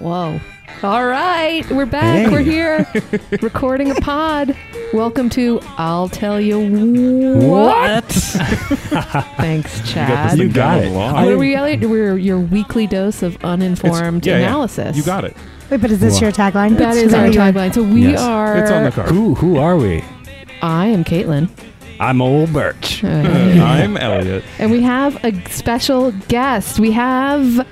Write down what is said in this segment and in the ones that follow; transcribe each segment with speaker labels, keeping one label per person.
Speaker 1: Whoa. All right. We're back.
Speaker 2: Hey.
Speaker 1: We're here recording a pod. Welcome to I'll Tell You What. Thanks, Chad.
Speaker 2: You
Speaker 3: Been
Speaker 2: got
Speaker 3: down
Speaker 2: it.
Speaker 3: long.
Speaker 2: I-
Speaker 1: What are we, Elliot? We're your weekly dose of uninformed
Speaker 3: Yeah, yeah.
Speaker 1: analysis.
Speaker 3: You got it.
Speaker 4: Wait, but is this
Speaker 2: Wha-
Speaker 4: your tagline?
Speaker 1: That is our tagline. So we
Speaker 2: Yes.
Speaker 1: are.
Speaker 3: It's on the card.
Speaker 2: Who who are we?
Speaker 1: I am Caitlin.
Speaker 2: I'm old Birch.
Speaker 1: Uh,
Speaker 3: I'm Elliot.
Speaker 1: and we have a special guest. We have,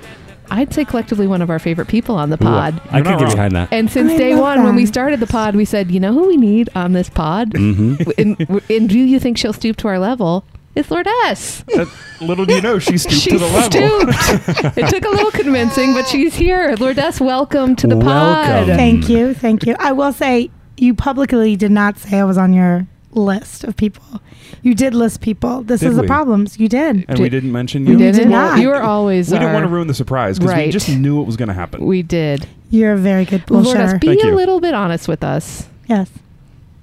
Speaker 1: I'd say collectively, one of our favorite people on the
Speaker 2: Ooh,
Speaker 1: pod.
Speaker 2: I
Speaker 3: You're
Speaker 2: could
Speaker 3: not
Speaker 2: get
Speaker 3: wrong.
Speaker 2: behind that.
Speaker 1: And since
Speaker 4: I
Speaker 1: day
Speaker 4: love
Speaker 1: one, when we
Speaker 4: that.
Speaker 1: started the pod, we said, you know who we need on this pod?
Speaker 2: Mm-hmm.
Speaker 1: and, and do you think she'll stoop to our level? It's Lourdes.
Speaker 3: That- little do you know, she stooped
Speaker 1: She
Speaker 3: to the level.
Speaker 1: stooped. it took a little convincing, but she's here. Lourdes, welcome to the pod.
Speaker 2: Welcome.
Speaker 4: Thank you, thank you. I will say you publicly did not say I was on your list of people. You did list people. This
Speaker 3: Did
Speaker 4: is the
Speaker 3: we?
Speaker 4: problems. You did.
Speaker 3: And we didn't mention
Speaker 1: You
Speaker 3: you.
Speaker 1: did,
Speaker 4: did
Speaker 1: not.
Speaker 4: not.
Speaker 1: You were always
Speaker 3: We didn't
Speaker 1: our-
Speaker 3: want to ruin the surprise because
Speaker 1: Right.
Speaker 3: we just knew it was going to happen.
Speaker 1: We did.
Speaker 4: You're a very good bullshitter.
Speaker 1: Lourdes, be
Speaker 3: Thank
Speaker 1: a
Speaker 3: you.
Speaker 1: little bit honest with us.
Speaker 4: yes,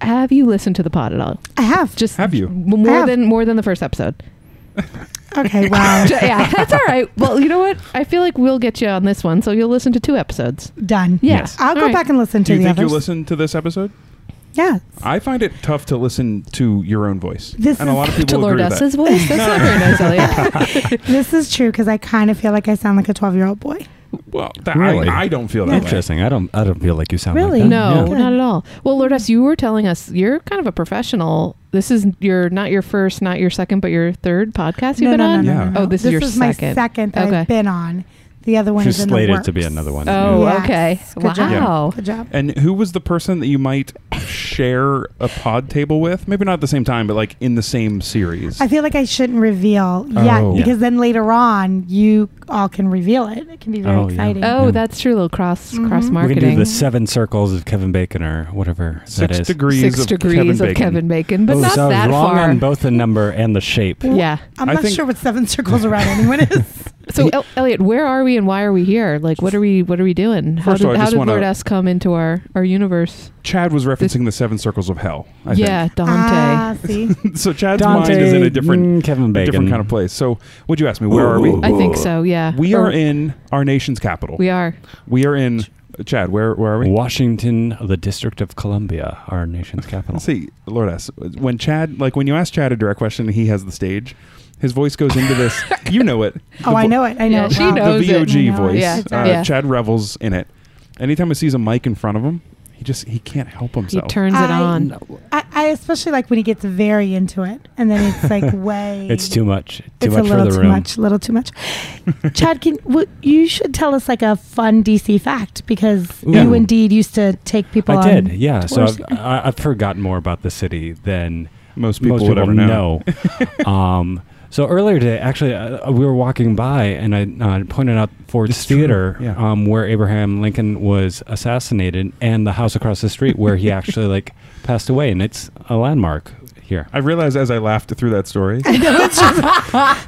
Speaker 1: Have you listened to the pod at all?
Speaker 4: I have.
Speaker 1: Just
Speaker 3: Have you?
Speaker 1: more
Speaker 4: Have.
Speaker 1: than more than the first episode?
Speaker 4: Okay, wow,
Speaker 1: Ju- yeah, that's all right. Well, you know what? I feel like we'll get you on this one, so you'll listen to two episodes.
Speaker 4: done.
Speaker 1: Yeah.
Speaker 2: Yes.
Speaker 4: I'll
Speaker 1: All
Speaker 4: go
Speaker 1: right.
Speaker 4: back and listen
Speaker 3: do
Speaker 4: to
Speaker 3: you
Speaker 4: the
Speaker 3: think
Speaker 4: others.
Speaker 3: you listened to this episode?
Speaker 4: Yeah,
Speaker 3: I find it tough to listen to your own voice.
Speaker 4: This
Speaker 3: and a
Speaker 4: is-
Speaker 3: lot of
Speaker 1: to
Speaker 3: people agree with that.
Speaker 1: Lourdes's voice. That's not very nice, Elliot.
Speaker 4: this is true because I kind of feel like I sound like a 12 year old boy.
Speaker 3: Well, that,
Speaker 2: Really?
Speaker 3: I, I don't feel that way.
Speaker 2: Interesting. I don't I don't feel like you sound
Speaker 4: Really?
Speaker 2: like that.
Speaker 1: No,
Speaker 2: Yeah.
Speaker 1: not at all. Well, Lourdes, you were telling us you're kind of a professional. This is your not your first, not your second, but your third podcast you've
Speaker 4: No,
Speaker 1: been
Speaker 4: no, no,
Speaker 1: on.
Speaker 4: no,
Speaker 3: Yeah.
Speaker 4: no, no.
Speaker 1: Oh, this is your
Speaker 4: my
Speaker 1: second.
Speaker 4: second that
Speaker 1: Okay.
Speaker 4: I've been on. The other one
Speaker 2: She's
Speaker 4: is in
Speaker 2: slated
Speaker 4: the works.
Speaker 2: to be another one.
Speaker 1: Oh,
Speaker 4: Yes.
Speaker 1: okay.
Speaker 4: Good job.
Speaker 1: Wow.
Speaker 4: Good job.
Speaker 3: And who was the person that you might share a pod table with? Maybe not at the same time, but like in the same series.
Speaker 4: I feel like I shouldn't reveal
Speaker 3: Oh.
Speaker 4: yet
Speaker 3: Yeah.
Speaker 4: because then later on you all can reveal it. It can be very
Speaker 2: Oh, yeah.
Speaker 4: exciting.
Speaker 1: Oh,
Speaker 2: Yeah.
Speaker 1: that's true. Little cross cross
Speaker 4: Mhm.
Speaker 2: We can do
Speaker 1: marketing.
Speaker 2: the seven circles of Kevin Bacon or whatever that
Speaker 3: Six
Speaker 2: is.
Speaker 3: degrees,
Speaker 1: Six
Speaker 3: of,
Speaker 1: degrees
Speaker 3: Kevin
Speaker 1: of
Speaker 3: Bacon.
Speaker 1: Kevin Bacon, but
Speaker 2: oh,
Speaker 1: not
Speaker 2: so I was
Speaker 1: that
Speaker 2: wrong
Speaker 1: far.
Speaker 2: on both the number and the shape.
Speaker 1: Yeah.
Speaker 4: I'm
Speaker 3: I
Speaker 4: not
Speaker 3: think-
Speaker 4: sure what seven circles around anyone is.
Speaker 1: So, El- Elliot, where are we and why are we here? Like, what are we? What are we doing? How
Speaker 3: First of
Speaker 1: did
Speaker 3: all, I
Speaker 1: how
Speaker 3: just
Speaker 1: did
Speaker 3: wanna-
Speaker 1: Lourdes come into our our universe?
Speaker 3: Chad was referencing the seven circles of hell. I
Speaker 1: yeah, Dante.
Speaker 4: Ah, see,
Speaker 3: think. So Chad's
Speaker 2: Dante,
Speaker 3: mind is in a different,
Speaker 2: mm, Kevin
Speaker 3: a
Speaker 2: Bacon.
Speaker 3: different kind of place. So, would you ask me? Where are we?
Speaker 1: I think so. Yeah.
Speaker 3: We
Speaker 1: Or-
Speaker 3: are in our nation's capital.
Speaker 1: We are.
Speaker 3: We are in Chad. Where where are we?
Speaker 2: Washington, the District of Columbia, our nation's capital.
Speaker 3: See, Lord S. When Chad, like when you ask Chad a direct question, and he has the stage. His voice goes into this. you know it. The
Speaker 4: oh, I
Speaker 3: vo-
Speaker 4: know it. I know.
Speaker 1: Yeah,
Speaker 4: it.
Speaker 1: she
Speaker 4: Wow.
Speaker 1: knows.
Speaker 3: The
Speaker 1: it.
Speaker 3: VOG
Speaker 4: I know it.
Speaker 3: voice.
Speaker 1: Yeah.
Speaker 3: Uh,
Speaker 1: Yeah.
Speaker 3: Chad revels in it. Anytime he sees a mic in front of him, he just he can't help
Speaker 1: He
Speaker 3: himself.
Speaker 1: turns it
Speaker 4: I-
Speaker 1: on.
Speaker 4: I, I especially like when he gets very into it, and then it's like way.
Speaker 2: It's too much. Too
Speaker 4: It's
Speaker 2: much
Speaker 4: a
Speaker 2: for
Speaker 4: little
Speaker 2: the
Speaker 4: too
Speaker 2: room.
Speaker 4: much. A little too much. Chad, can w- you should tell us like a fun DC fact because
Speaker 2: Ooh.
Speaker 4: you indeed used to take people.
Speaker 2: I
Speaker 4: on
Speaker 2: did, yeah. So
Speaker 4: tours.
Speaker 2: I've, uh, I- I've forgotten more about the city than
Speaker 3: Most people
Speaker 2: most
Speaker 3: would
Speaker 2: people
Speaker 3: ever know.
Speaker 2: know. um, so earlier today, actually, uh, we were walking by and I uh, pointed out Ford's
Speaker 3: It's true,
Speaker 2: Theater,
Speaker 3: yeah.
Speaker 2: um, where Abraham Lincoln was assassinated, and the house across the street where he actually like passed away, and it's a landmark here.
Speaker 3: I realized as I laughed through that story.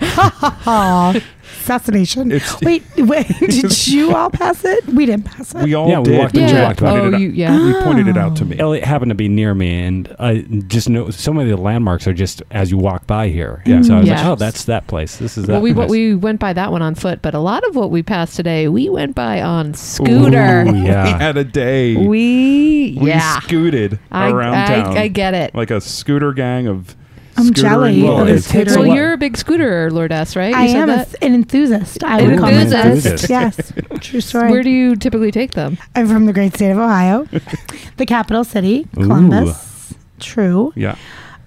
Speaker 4: Aw, assassination.
Speaker 3: It's-
Speaker 4: wait, wait, did you all pass it? We didn't pass it.
Speaker 3: We all
Speaker 2: Yeah, we
Speaker 3: did.
Speaker 2: walked
Speaker 3: but
Speaker 2: in,
Speaker 3: Chad
Speaker 2: we walked
Speaker 1: out.
Speaker 3: pointed it
Speaker 1: Oh,
Speaker 3: out.
Speaker 1: you- yeah. Oh.
Speaker 3: He pointed it out to me.
Speaker 2: Elliot happened to be near me, and I just know some of the landmarks are just as you walk by here. Yeah. So I was like,
Speaker 1: Yeah.
Speaker 2: oh, that's that place. This is that.
Speaker 1: Well, we
Speaker 2: place.
Speaker 1: we went by that one on foot, but a lot of what we passed today, we went by on scooter.
Speaker 2: Ooh, yeah.
Speaker 3: we had a day.
Speaker 1: We
Speaker 3: We
Speaker 1: yeah.
Speaker 3: scooted
Speaker 1: I,
Speaker 3: around
Speaker 1: I,
Speaker 3: town.
Speaker 1: I get it.
Speaker 3: Like a scooter gang of
Speaker 4: I'm
Speaker 3: scootering
Speaker 4: jelly.
Speaker 2: Well,
Speaker 1: Oh,
Speaker 3: boys.
Speaker 2: it's-
Speaker 4: Scooter.
Speaker 2: So
Speaker 1: well,
Speaker 2: what-
Speaker 1: you're a big scooter lordess, right? You
Speaker 4: I
Speaker 1: said
Speaker 4: am a,
Speaker 1: that?
Speaker 4: an enthusiast. I
Speaker 1: An
Speaker 4: would call myself.
Speaker 1: enthusiast.
Speaker 4: Yes, true story.
Speaker 1: Where do you typically take them?
Speaker 4: I'm from the great state of Ohio, the capital city, Columbus. True.
Speaker 3: yeah.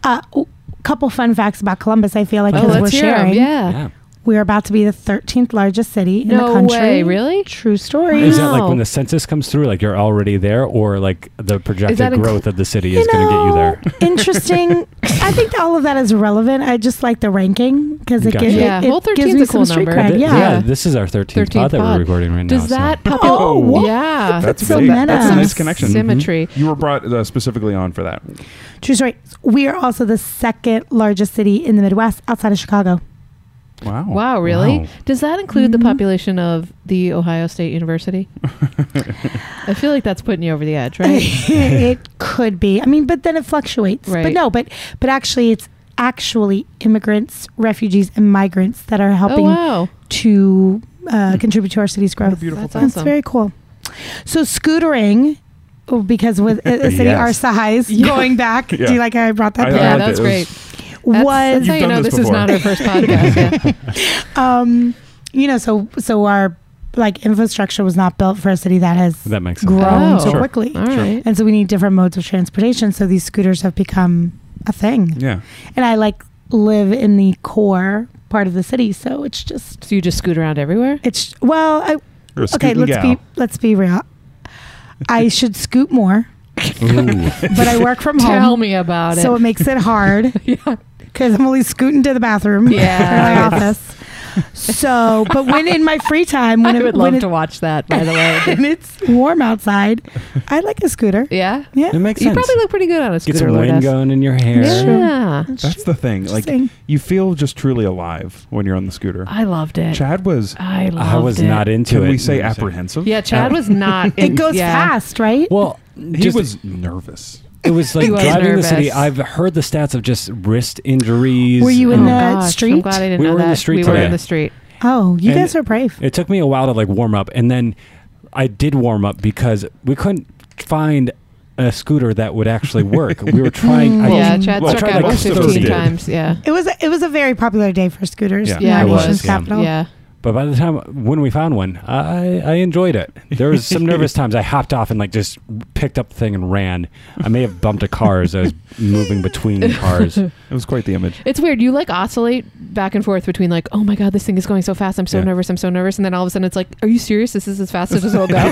Speaker 4: Uh, a couple fun facts about Columbus. I feel like
Speaker 1: oh,
Speaker 4: 'cause we're
Speaker 1: let's hear 'em.
Speaker 4: sharing.
Speaker 1: Yeah.
Speaker 2: Yeah.
Speaker 4: We're about to be the 13th largest city in the
Speaker 1: No
Speaker 4: country.
Speaker 1: way. Really?
Speaker 4: True story.
Speaker 2: Is that like
Speaker 1: No.
Speaker 2: when the census comes through, like you're already there, or like the projected
Speaker 1: that inclu-
Speaker 2: growth of the city is going to get you there?
Speaker 4: interesting. I think all of that is relevant. I just like the ranking because it,
Speaker 2: Gotcha.
Speaker 4: gives
Speaker 1: Yeah.
Speaker 4: it, it
Speaker 1: Well, 13
Speaker 4: gives
Speaker 1: is
Speaker 4: me
Speaker 1: a cool
Speaker 4: some street
Speaker 1: number.
Speaker 4: cred.
Speaker 2: Th-
Speaker 4: Yeah.
Speaker 1: yeah.
Speaker 2: this is our 13th,
Speaker 1: 13th
Speaker 2: pod that
Speaker 1: pod.
Speaker 2: we're recording right
Speaker 1: Does
Speaker 2: now.
Speaker 1: that
Speaker 2: so-
Speaker 1: pop?
Speaker 4: Oh,
Speaker 3: what?
Speaker 1: yeah.
Speaker 3: That's
Speaker 4: so
Speaker 3: big.
Speaker 4: meta.
Speaker 3: That's a nice connection.
Speaker 1: Symmetry.
Speaker 3: You were brought uh, specifically on for that.
Speaker 4: True story. We are also the second largest city in the Midwest outside of Chicago.
Speaker 3: Wow.
Speaker 1: Wow, really?
Speaker 2: Wow.
Speaker 1: Does that include the
Speaker 4: Mhm.
Speaker 1: population of the Ohio State University? I feel like that's putting you over the edge, right?
Speaker 4: it could be. I mean, but then it fluctuates.
Speaker 1: Right.
Speaker 4: But no, but but actually, it's actually immigrants, refugees, and migrants that are
Speaker 1: oh
Speaker 4: helping
Speaker 1: wow.
Speaker 4: to uh, contribute to our city's growth.
Speaker 3: Mm. beautiful
Speaker 1: That's
Speaker 3: thing.
Speaker 4: That's
Speaker 1: awesome.
Speaker 4: very cool. So scootering, oh, because with a, a city
Speaker 3: Yes.
Speaker 4: our size,
Speaker 1: Yeah.
Speaker 4: going back.
Speaker 3: Yeah.
Speaker 4: Do you like how I brought that
Speaker 3: I- I
Speaker 4: back?
Speaker 1: yeah,
Speaker 3: like
Speaker 1: that's
Speaker 3: it. It
Speaker 1: great.
Speaker 3: was-
Speaker 1: That's,
Speaker 4: was
Speaker 1: that's how you
Speaker 3: You've
Speaker 1: know
Speaker 3: done
Speaker 1: this,
Speaker 3: this
Speaker 1: is not our first podcast. Yeah.
Speaker 4: um, you know, so so our like infrastructure was not built for a city that has
Speaker 2: That makes sense.
Speaker 4: grown
Speaker 1: Oh.
Speaker 4: so
Speaker 1: Sure.
Speaker 4: quickly,
Speaker 1: All right.
Speaker 4: and so we need different modes of transportation. So these scooters have become a thing,
Speaker 3: Yeah.
Speaker 4: and I like live in the core part of the city, so it's just
Speaker 1: So you just scoot around everywhere?
Speaker 4: it's well, I,
Speaker 3: You're a
Speaker 4: okay.
Speaker 3: scootin'
Speaker 4: Let's
Speaker 3: gal.
Speaker 4: be let's be real. I should scoot more, but I work from home.
Speaker 1: Tell me about
Speaker 4: so
Speaker 1: it.
Speaker 4: it makes it hard
Speaker 1: yeah.
Speaker 4: because I'm only scooting to the bathroom
Speaker 1: Yeah.
Speaker 4: or my office. So, but when in my free time, when
Speaker 1: I
Speaker 4: it,
Speaker 1: would
Speaker 4: when
Speaker 1: love
Speaker 4: it-
Speaker 1: to watch that, by the
Speaker 4: and
Speaker 1: way.
Speaker 4: it's warm outside, I like a scooter.
Speaker 1: yeah?
Speaker 4: Yeah,
Speaker 2: It makes
Speaker 1: You
Speaker 2: sense.
Speaker 1: probably look pretty good on a
Speaker 2: Get
Speaker 1: scooter
Speaker 2: some
Speaker 1: like
Speaker 2: wind
Speaker 1: us.
Speaker 2: going in your hair.
Speaker 4: Yeah.
Speaker 1: Yeah.
Speaker 3: That's the thing. Like
Speaker 4: Interesting.
Speaker 3: you feel just truly alive when you're on the scooter.
Speaker 1: I loved it.
Speaker 3: Chad was.
Speaker 1: I loved
Speaker 2: I was
Speaker 1: it.
Speaker 2: not into
Speaker 3: Can
Speaker 2: it.
Speaker 3: we say
Speaker 2: No, I'm saying-
Speaker 3: apprehensive?
Speaker 1: Yeah, Chad was not.
Speaker 4: it goes fast, right?
Speaker 2: Well,
Speaker 3: He
Speaker 2: just-
Speaker 3: was nervous.
Speaker 2: It was like
Speaker 1: He was
Speaker 2: driving
Speaker 1: nervous.
Speaker 2: the city. I've heard the stats of just wrist injuries.
Speaker 4: Were you in
Speaker 2: Um,
Speaker 4: the street?
Speaker 1: Oh, I'm glad I didn't
Speaker 2: We
Speaker 1: know
Speaker 2: were in the
Speaker 1: that.
Speaker 2: street
Speaker 1: we were
Speaker 2: today.
Speaker 1: in the street.
Speaker 4: oh, you
Speaker 2: and-
Speaker 4: guys are brave.
Speaker 2: It took me a while to like warm up, and then I did warm up because we couldn't find a scooter that would actually work. We were trying. I,
Speaker 4: Well,
Speaker 1: Hmm. yeah,
Speaker 2: think-
Speaker 1: Chad
Speaker 2: well, I
Speaker 1: struck
Speaker 2: tried
Speaker 1: out
Speaker 2: like
Speaker 1: like
Speaker 3: most of us
Speaker 1: 15
Speaker 3: did.
Speaker 1: times. Yeah.
Speaker 4: It was it was a very popular day for scooters.
Speaker 3: Yeah,
Speaker 4: in
Speaker 1: Yeah,
Speaker 4: our
Speaker 1: it
Speaker 4: nation's
Speaker 1: was,
Speaker 2: yeah.
Speaker 4: capital.
Speaker 1: Yeah.
Speaker 2: But by the time when we found one, I, I enjoyed it. There was some nervous times. I hopped off and like just picked up the thing and ran. I may have bumped a car as I was moving between cars.
Speaker 3: It was quite the image.
Speaker 1: It's weird. You like oscillate back and forth between like, oh my god, this thing is going so fast. I'm so
Speaker 3: Yeah.
Speaker 1: nervous. I'm so nervous. And then all of a sudden, it's like, are you serious? This is as fast as this will go.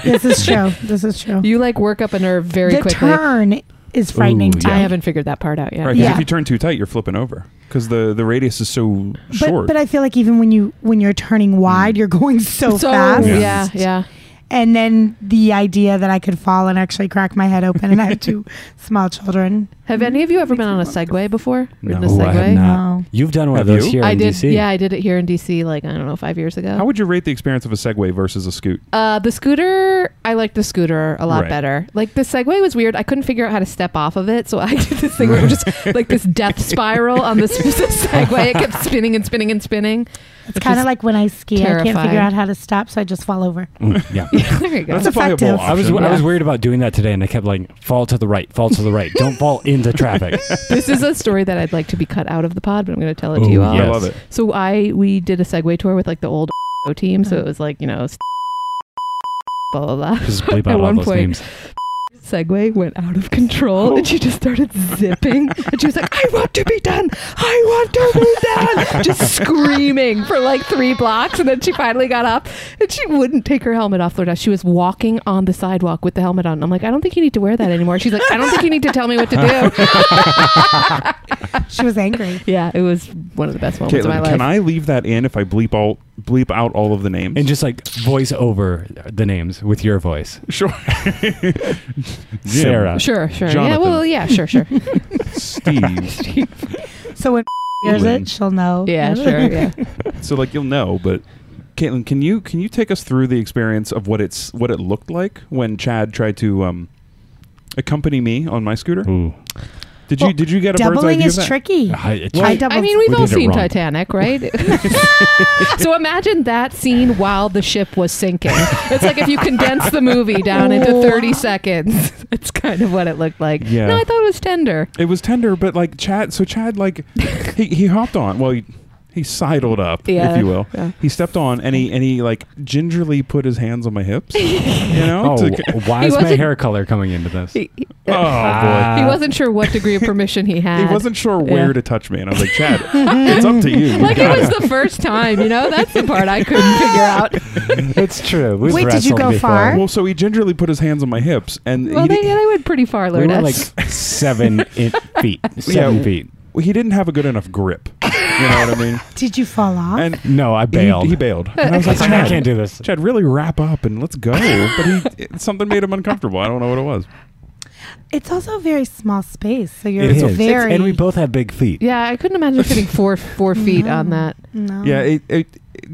Speaker 4: this is true. This is true.
Speaker 1: you like work up a nerve very
Speaker 4: the
Speaker 1: quickly.
Speaker 4: turn is frightening.
Speaker 2: Ooh,
Speaker 4: too.
Speaker 1: I haven't figured that part out yet.
Speaker 3: Right, 'cause
Speaker 4: Yeah.
Speaker 3: if you turn too tight, you're flipping over because the, the radius is so
Speaker 4: But,
Speaker 3: short. Mm.
Speaker 4: but I feel like even when you when you're turning wide, you're going so, fast.
Speaker 1: Yeah. yeah, yeah.
Speaker 4: And then the idea that I could fall and actually crack my head open, and I have two small children.
Speaker 1: Have any of you ever been on a Segway before? Ridden a
Speaker 2: No, I have
Speaker 1: Segway?
Speaker 2: not.
Speaker 4: No.
Speaker 2: You've done one of
Speaker 3: Have
Speaker 2: those
Speaker 3: you?
Speaker 2: here
Speaker 1: I
Speaker 2: in
Speaker 1: did.
Speaker 2: DC.
Speaker 1: Yeah, I did it here in DC. Like I don't know, five years ago.
Speaker 3: How would you rate the experience of a Segway versus a scoot?
Speaker 1: Uh, the scooter, I liked the scooter a lot
Speaker 3: Right.
Speaker 1: better. Like the Segway was weird. I couldn't figure out how to step off of it, so I did this thing where it was just like this death spiral on this, this Segway. It kept spinning and spinning and spinning.
Speaker 4: It's kind
Speaker 1: is
Speaker 4: of like when I ski, I can't
Speaker 1: terrifying.
Speaker 4: figure out how to stop, so I just fall over.
Speaker 2: Mm, yeah.
Speaker 1: Yeah, there you go.
Speaker 3: That's
Speaker 4: That's
Speaker 3: a viable
Speaker 4: effective.
Speaker 3: option.
Speaker 2: I was I was
Speaker 1: Yeah.
Speaker 2: worried about doing that today, and I kept like fall to the right, fall to the right, don't fall into traffic.
Speaker 1: this is a story that I'd like to be cut out of the pod, but I'm going to tell it to
Speaker 2: Ooh,
Speaker 1: you all.
Speaker 2: yes.
Speaker 3: I love it.
Speaker 1: So I we did a Segway tour with like the old team. So it was like you know blah blah blah.
Speaker 2: Just bleep
Speaker 1: At
Speaker 2: out all
Speaker 1: one
Speaker 2: those
Speaker 1: point-
Speaker 2: names.
Speaker 1: Segway went out of control and she just started zipping. And she was like, I want to be done. I want to be done. Just screaming for like three blocks. And then she finally got up and she wouldn't take her helmet off, Lord. She was walking on the sidewalk with the helmet on. I'm like, I don't think you need to wear that anymore. She's like, I don't think you need to tell me what to do.
Speaker 4: She was angry.
Speaker 1: Yeah, it was one of the best moments of my
Speaker 3: Caitlin,
Speaker 1: life.
Speaker 3: can I leave that in if I bleep all bleep out all of the names?
Speaker 2: And just like voice over the names with your voice.
Speaker 3: sure. Jim,
Speaker 2: Sarah.
Speaker 1: Sure, sure. Yeah,
Speaker 3: Jonathan.
Speaker 1: well, yeah, sure, sure.
Speaker 3: Steve.
Speaker 4: So when hears
Speaker 3: Lynn.
Speaker 4: it, she'll know.
Speaker 1: Yeah, sure, yeah.
Speaker 3: so like you'll know, but Caitlin, can you can you take us through the experience of what it's what it looked like when Chad tried to um, accompany me on my scooter?
Speaker 2: Ooh.
Speaker 3: Did
Speaker 4: Well,
Speaker 3: you did you get a bird's eye
Speaker 4: Doubling
Speaker 3: view of
Speaker 4: is
Speaker 3: that?
Speaker 4: tricky.
Speaker 2: I, it's-
Speaker 4: I
Speaker 3: Well,
Speaker 4: doubled.
Speaker 1: I mean, we've
Speaker 2: We
Speaker 1: all
Speaker 2: did it
Speaker 1: seen
Speaker 2: wrong.
Speaker 1: Titanic, right? so imagine that scene while the ship was sinking. It's like if you condense the movie down into 30 seconds. That's kind of what it looked like.
Speaker 3: Yeah.
Speaker 1: No, I thought it was tender.
Speaker 3: It was tender, but like Chad, so Chad like he, he hopped on. Well, he, he sidled up,
Speaker 1: Yeah.
Speaker 3: if you will.
Speaker 1: Yeah.
Speaker 3: He stepped on and he and he like gingerly put his hands on my hips. You know,
Speaker 2: oh,
Speaker 3: to-
Speaker 2: why
Speaker 1: He
Speaker 2: is my
Speaker 1: wasn't-
Speaker 2: hair color coming into this?
Speaker 1: He, he-
Speaker 3: oh boy.
Speaker 2: Uh, Ah.
Speaker 1: he wasn't sure what degree of permission he had.
Speaker 3: He wasn't sure
Speaker 1: Yeah.
Speaker 3: where to touch me, and I was like, Chad, it's up to you. You
Speaker 1: Like it
Speaker 3: got
Speaker 1: was the first time, you know? That's the part I couldn't figure out.
Speaker 2: It's true. We've
Speaker 4: Wait, did you
Speaker 2: wrestled
Speaker 4: go
Speaker 2: before.
Speaker 4: far?
Speaker 3: Well, so he gingerly put his hands on my hips, and
Speaker 1: Well,
Speaker 3: he,
Speaker 1: they,
Speaker 3: di-
Speaker 1: they went pretty far,
Speaker 2: We were
Speaker 1: Lourdes.
Speaker 2: like seven in- feet. Seven
Speaker 3: Yeah.
Speaker 2: feet.
Speaker 3: he didn't have a good enough grip. You know what I mean?
Speaker 4: Did you fall off?
Speaker 3: And
Speaker 2: No, I bailed.
Speaker 3: He, he bailed. And I was like,
Speaker 2: I
Speaker 3: Chad,
Speaker 2: can't do this.
Speaker 3: Chad, really wrap up and let's go. But he, something made him uncomfortable. I don't know what it was.
Speaker 4: it's also a very small space, so you're
Speaker 2: It is. It's-
Speaker 4: very.
Speaker 2: And we both have big feet.
Speaker 1: yeah, I couldn't imagine fitting four four feet on that.
Speaker 4: No.
Speaker 3: Yeah, it, it,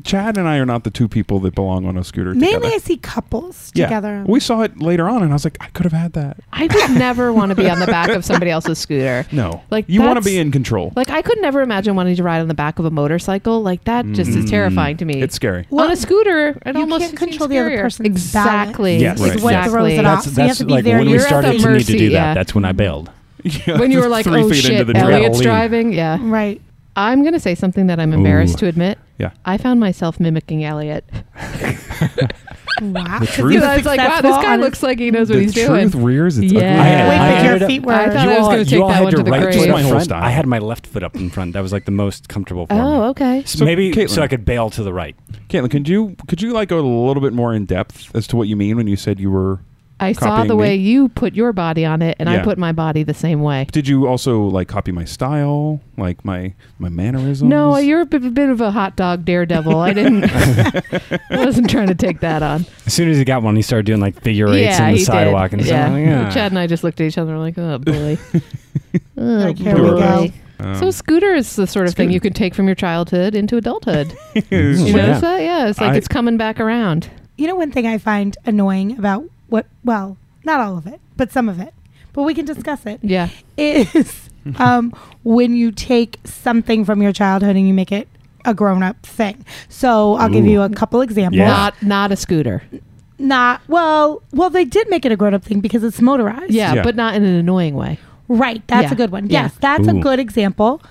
Speaker 3: Chad and I are not the two people that belong on a scooter
Speaker 4: Mainly, I
Speaker 3: together.
Speaker 4: see couples
Speaker 3: Yeah.
Speaker 1: um,
Speaker 4: together.
Speaker 3: We saw it later on, and I was like, I could have had that.
Speaker 1: I would never want to be on the back of somebody else's scooter.
Speaker 3: No,
Speaker 1: Like,
Speaker 3: you want to
Speaker 1: that's-
Speaker 3: be in control.
Speaker 1: Like I could never imagine wanting to ride on the back of a motorcycle. Like that just is
Speaker 2: Mm.
Speaker 1: terrifying to me.
Speaker 3: it's scary.
Speaker 4: Well,
Speaker 1: on a scooter, it
Speaker 4: you
Speaker 1: almost
Speaker 4: can't control
Speaker 1: seems
Speaker 4: the other
Speaker 1: scarier.
Speaker 4: person's
Speaker 1: Exactly.
Speaker 3: Yes. Right.
Speaker 4: Is what
Speaker 1: Exactly.
Speaker 4: throws it off.
Speaker 2: That's
Speaker 4: So you have
Speaker 2: that's
Speaker 4: to be
Speaker 2: like
Speaker 4: there.
Speaker 2: when we
Speaker 1: You're at
Speaker 2: started
Speaker 1: the
Speaker 2: to need to
Speaker 1: mercy,
Speaker 2: do that.
Speaker 1: yeah.
Speaker 2: That's when I bailed.
Speaker 1: When you were like,
Speaker 3: Three
Speaker 1: "Oh
Speaker 3: feet into
Speaker 1: shit,
Speaker 3: the
Speaker 2: trap.
Speaker 1: Elliot's
Speaker 2: Lean.
Speaker 1: driving." Yeah.
Speaker 4: Right.
Speaker 1: I'm gonna say something that I'm embarrassed to admit.
Speaker 3: Yeah.
Speaker 1: I found myself mimicking Elliot.
Speaker 4: Wow.
Speaker 3: The
Speaker 4: 'Cause
Speaker 3: truth-
Speaker 4: he
Speaker 1: Because I was like, "Wow, this guy
Speaker 4: honest-
Speaker 1: looks like he knows
Speaker 3: the
Speaker 1: what he's
Speaker 3: truth
Speaker 1: doing."
Speaker 3: rears its
Speaker 1: Yeah.
Speaker 3: ugly
Speaker 1: I
Speaker 4: Wait,
Speaker 2: I
Speaker 4: but
Speaker 2: had
Speaker 4: your
Speaker 2: to-
Speaker 4: feet were.
Speaker 1: I thought I was
Speaker 2: all-
Speaker 1: going to
Speaker 2: you
Speaker 1: take
Speaker 2: all
Speaker 1: that
Speaker 2: had
Speaker 1: one to the
Speaker 2: right
Speaker 3: write
Speaker 1: grave.
Speaker 3: to my
Speaker 2: foot
Speaker 3: whole
Speaker 2: front.
Speaker 3: style.
Speaker 2: I had my left foot up in front. That was like the most comfortable for me.
Speaker 1: Oh, okay.
Speaker 3: So,
Speaker 2: Maybe
Speaker 3: Caitlin,
Speaker 2: so I could bail to the right.
Speaker 3: Caitlin, could you could you like go a little bit more in depth as to what you mean when you said you were?
Speaker 1: I saw
Speaker 3: copying
Speaker 1: the
Speaker 3: me.
Speaker 1: way you put your body on it, and
Speaker 3: Yeah.
Speaker 1: I put my body the same way.
Speaker 3: Did you also like copy my style, like my my mannerisms?
Speaker 1: No, you're a bit, bit of a hot dog daredevil. I didn't. I wasn't trying to take that on.
Speaker 2: As soon as he got one, he started doing like figure eights
Speaker 1: yeah,
Speaker 2: on the
Speaker 1: he
Speaker 2: sidewalk
Speaker 1: did.
Speaker 2: and
Speaker 1: yeah.
Speaker 2: stuff. I'm
Speaker 3: Uh.
Speaker 2: like, "Ah."
Speaker 1: Chad and I just looked at each other and were like, oh boy. oh,
Speaker 4: Like, here we
Speaker 1: boy.
Speaker 4: go.
Speaker 3: Um,
Speaker 1: So scooter is the sort of thing
Speaker 3: Scooter.
Speaker 1: you can take from your childhood into adulthood.
Speaker 2: Mm,
Speaker 1: You
Speaker 2: yeah.
Speaker 1: notice that? Yeah, it's like
Speaker 3: I-
Speaker 1: it's coming back around.
Speaker 4: You know, one thing I find annoying about what, well, not all of it, but some of it, but we can discuss it,
Speaker 1: Yeah.
Speaker 4: is um, when you take something from your childhood and you make it a grown up thing. So I'll give
Speaker 2: Ooh.
Speaker 4: you a couple examples.
Speaker 2: Yeah.
Speaker 1: Not not a scooter.
Speaker 4: Not, well, well, they did make it a grown up thing because it's motorized.
Speaker 1: Yeah,
Speaker 3: Yeah.
Speaker 1: but not in an annoying way.
Speaker 4: Right. That's
Speaker 1: Yeah.
Speaker 4: a good one.
Speaker 1: Yeah.
Speaker 4: Yes, that's a
Speaker 2: Ooh.
Speaker 4: good example.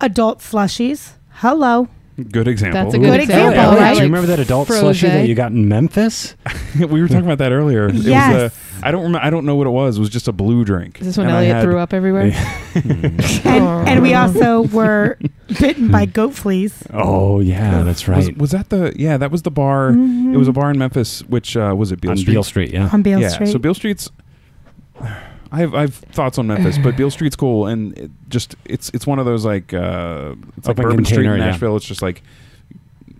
Speaker 4: Adult slushies. Hello.
Speaker 3: good example.
Speaker 1: That's a
Speaker 4: Good
Speaker 1: good
Speaker 4: example,
Speaker 1: example,
Speaker 2: Oh, yeah.
Speaker 4: right?
Speaker 2: Do you remember that adult
Speaker 1: Frozen.
Speaker 2: slushie that you got in Memphis?
Speaker 3: we were talking about that earlier. It
Speaker 4: Yes.
Speaker 3: was a, I don't remember. I don't know what it was. It was just a blue drink.
Speaker 1: Is this when
Speaker 3: And I
Speaker 1: Elliot
Speaker 3: had-
Speaker 1: threw up everywhere?
Speaker 4: And, and we also were bitten by goat fleas.
Speaker 2: Oh yeah, that's right.
Speaker 3: Was, was that the? Yeah, that was the bar. It was a bar in Memphis, which uh, was it Beale
Speaker 2: on
Speaker 3: Street?
Speaker 2: Beale Street, yeah.
Speaker 4: on Beale
Speaker 3: yeah.
Speaker 4: Street.
Speaker 3: So Mm-hmm. Beale Street's. I have, I have thoughts on Memphis, but Beale Street's cool, and it just it's it's one of those like uh, it's like
Speaker 2: Open
Speaker 3: Bourbon Street in
Speaker 2: container, yeah.
Speaker 3: Nashville. It's just like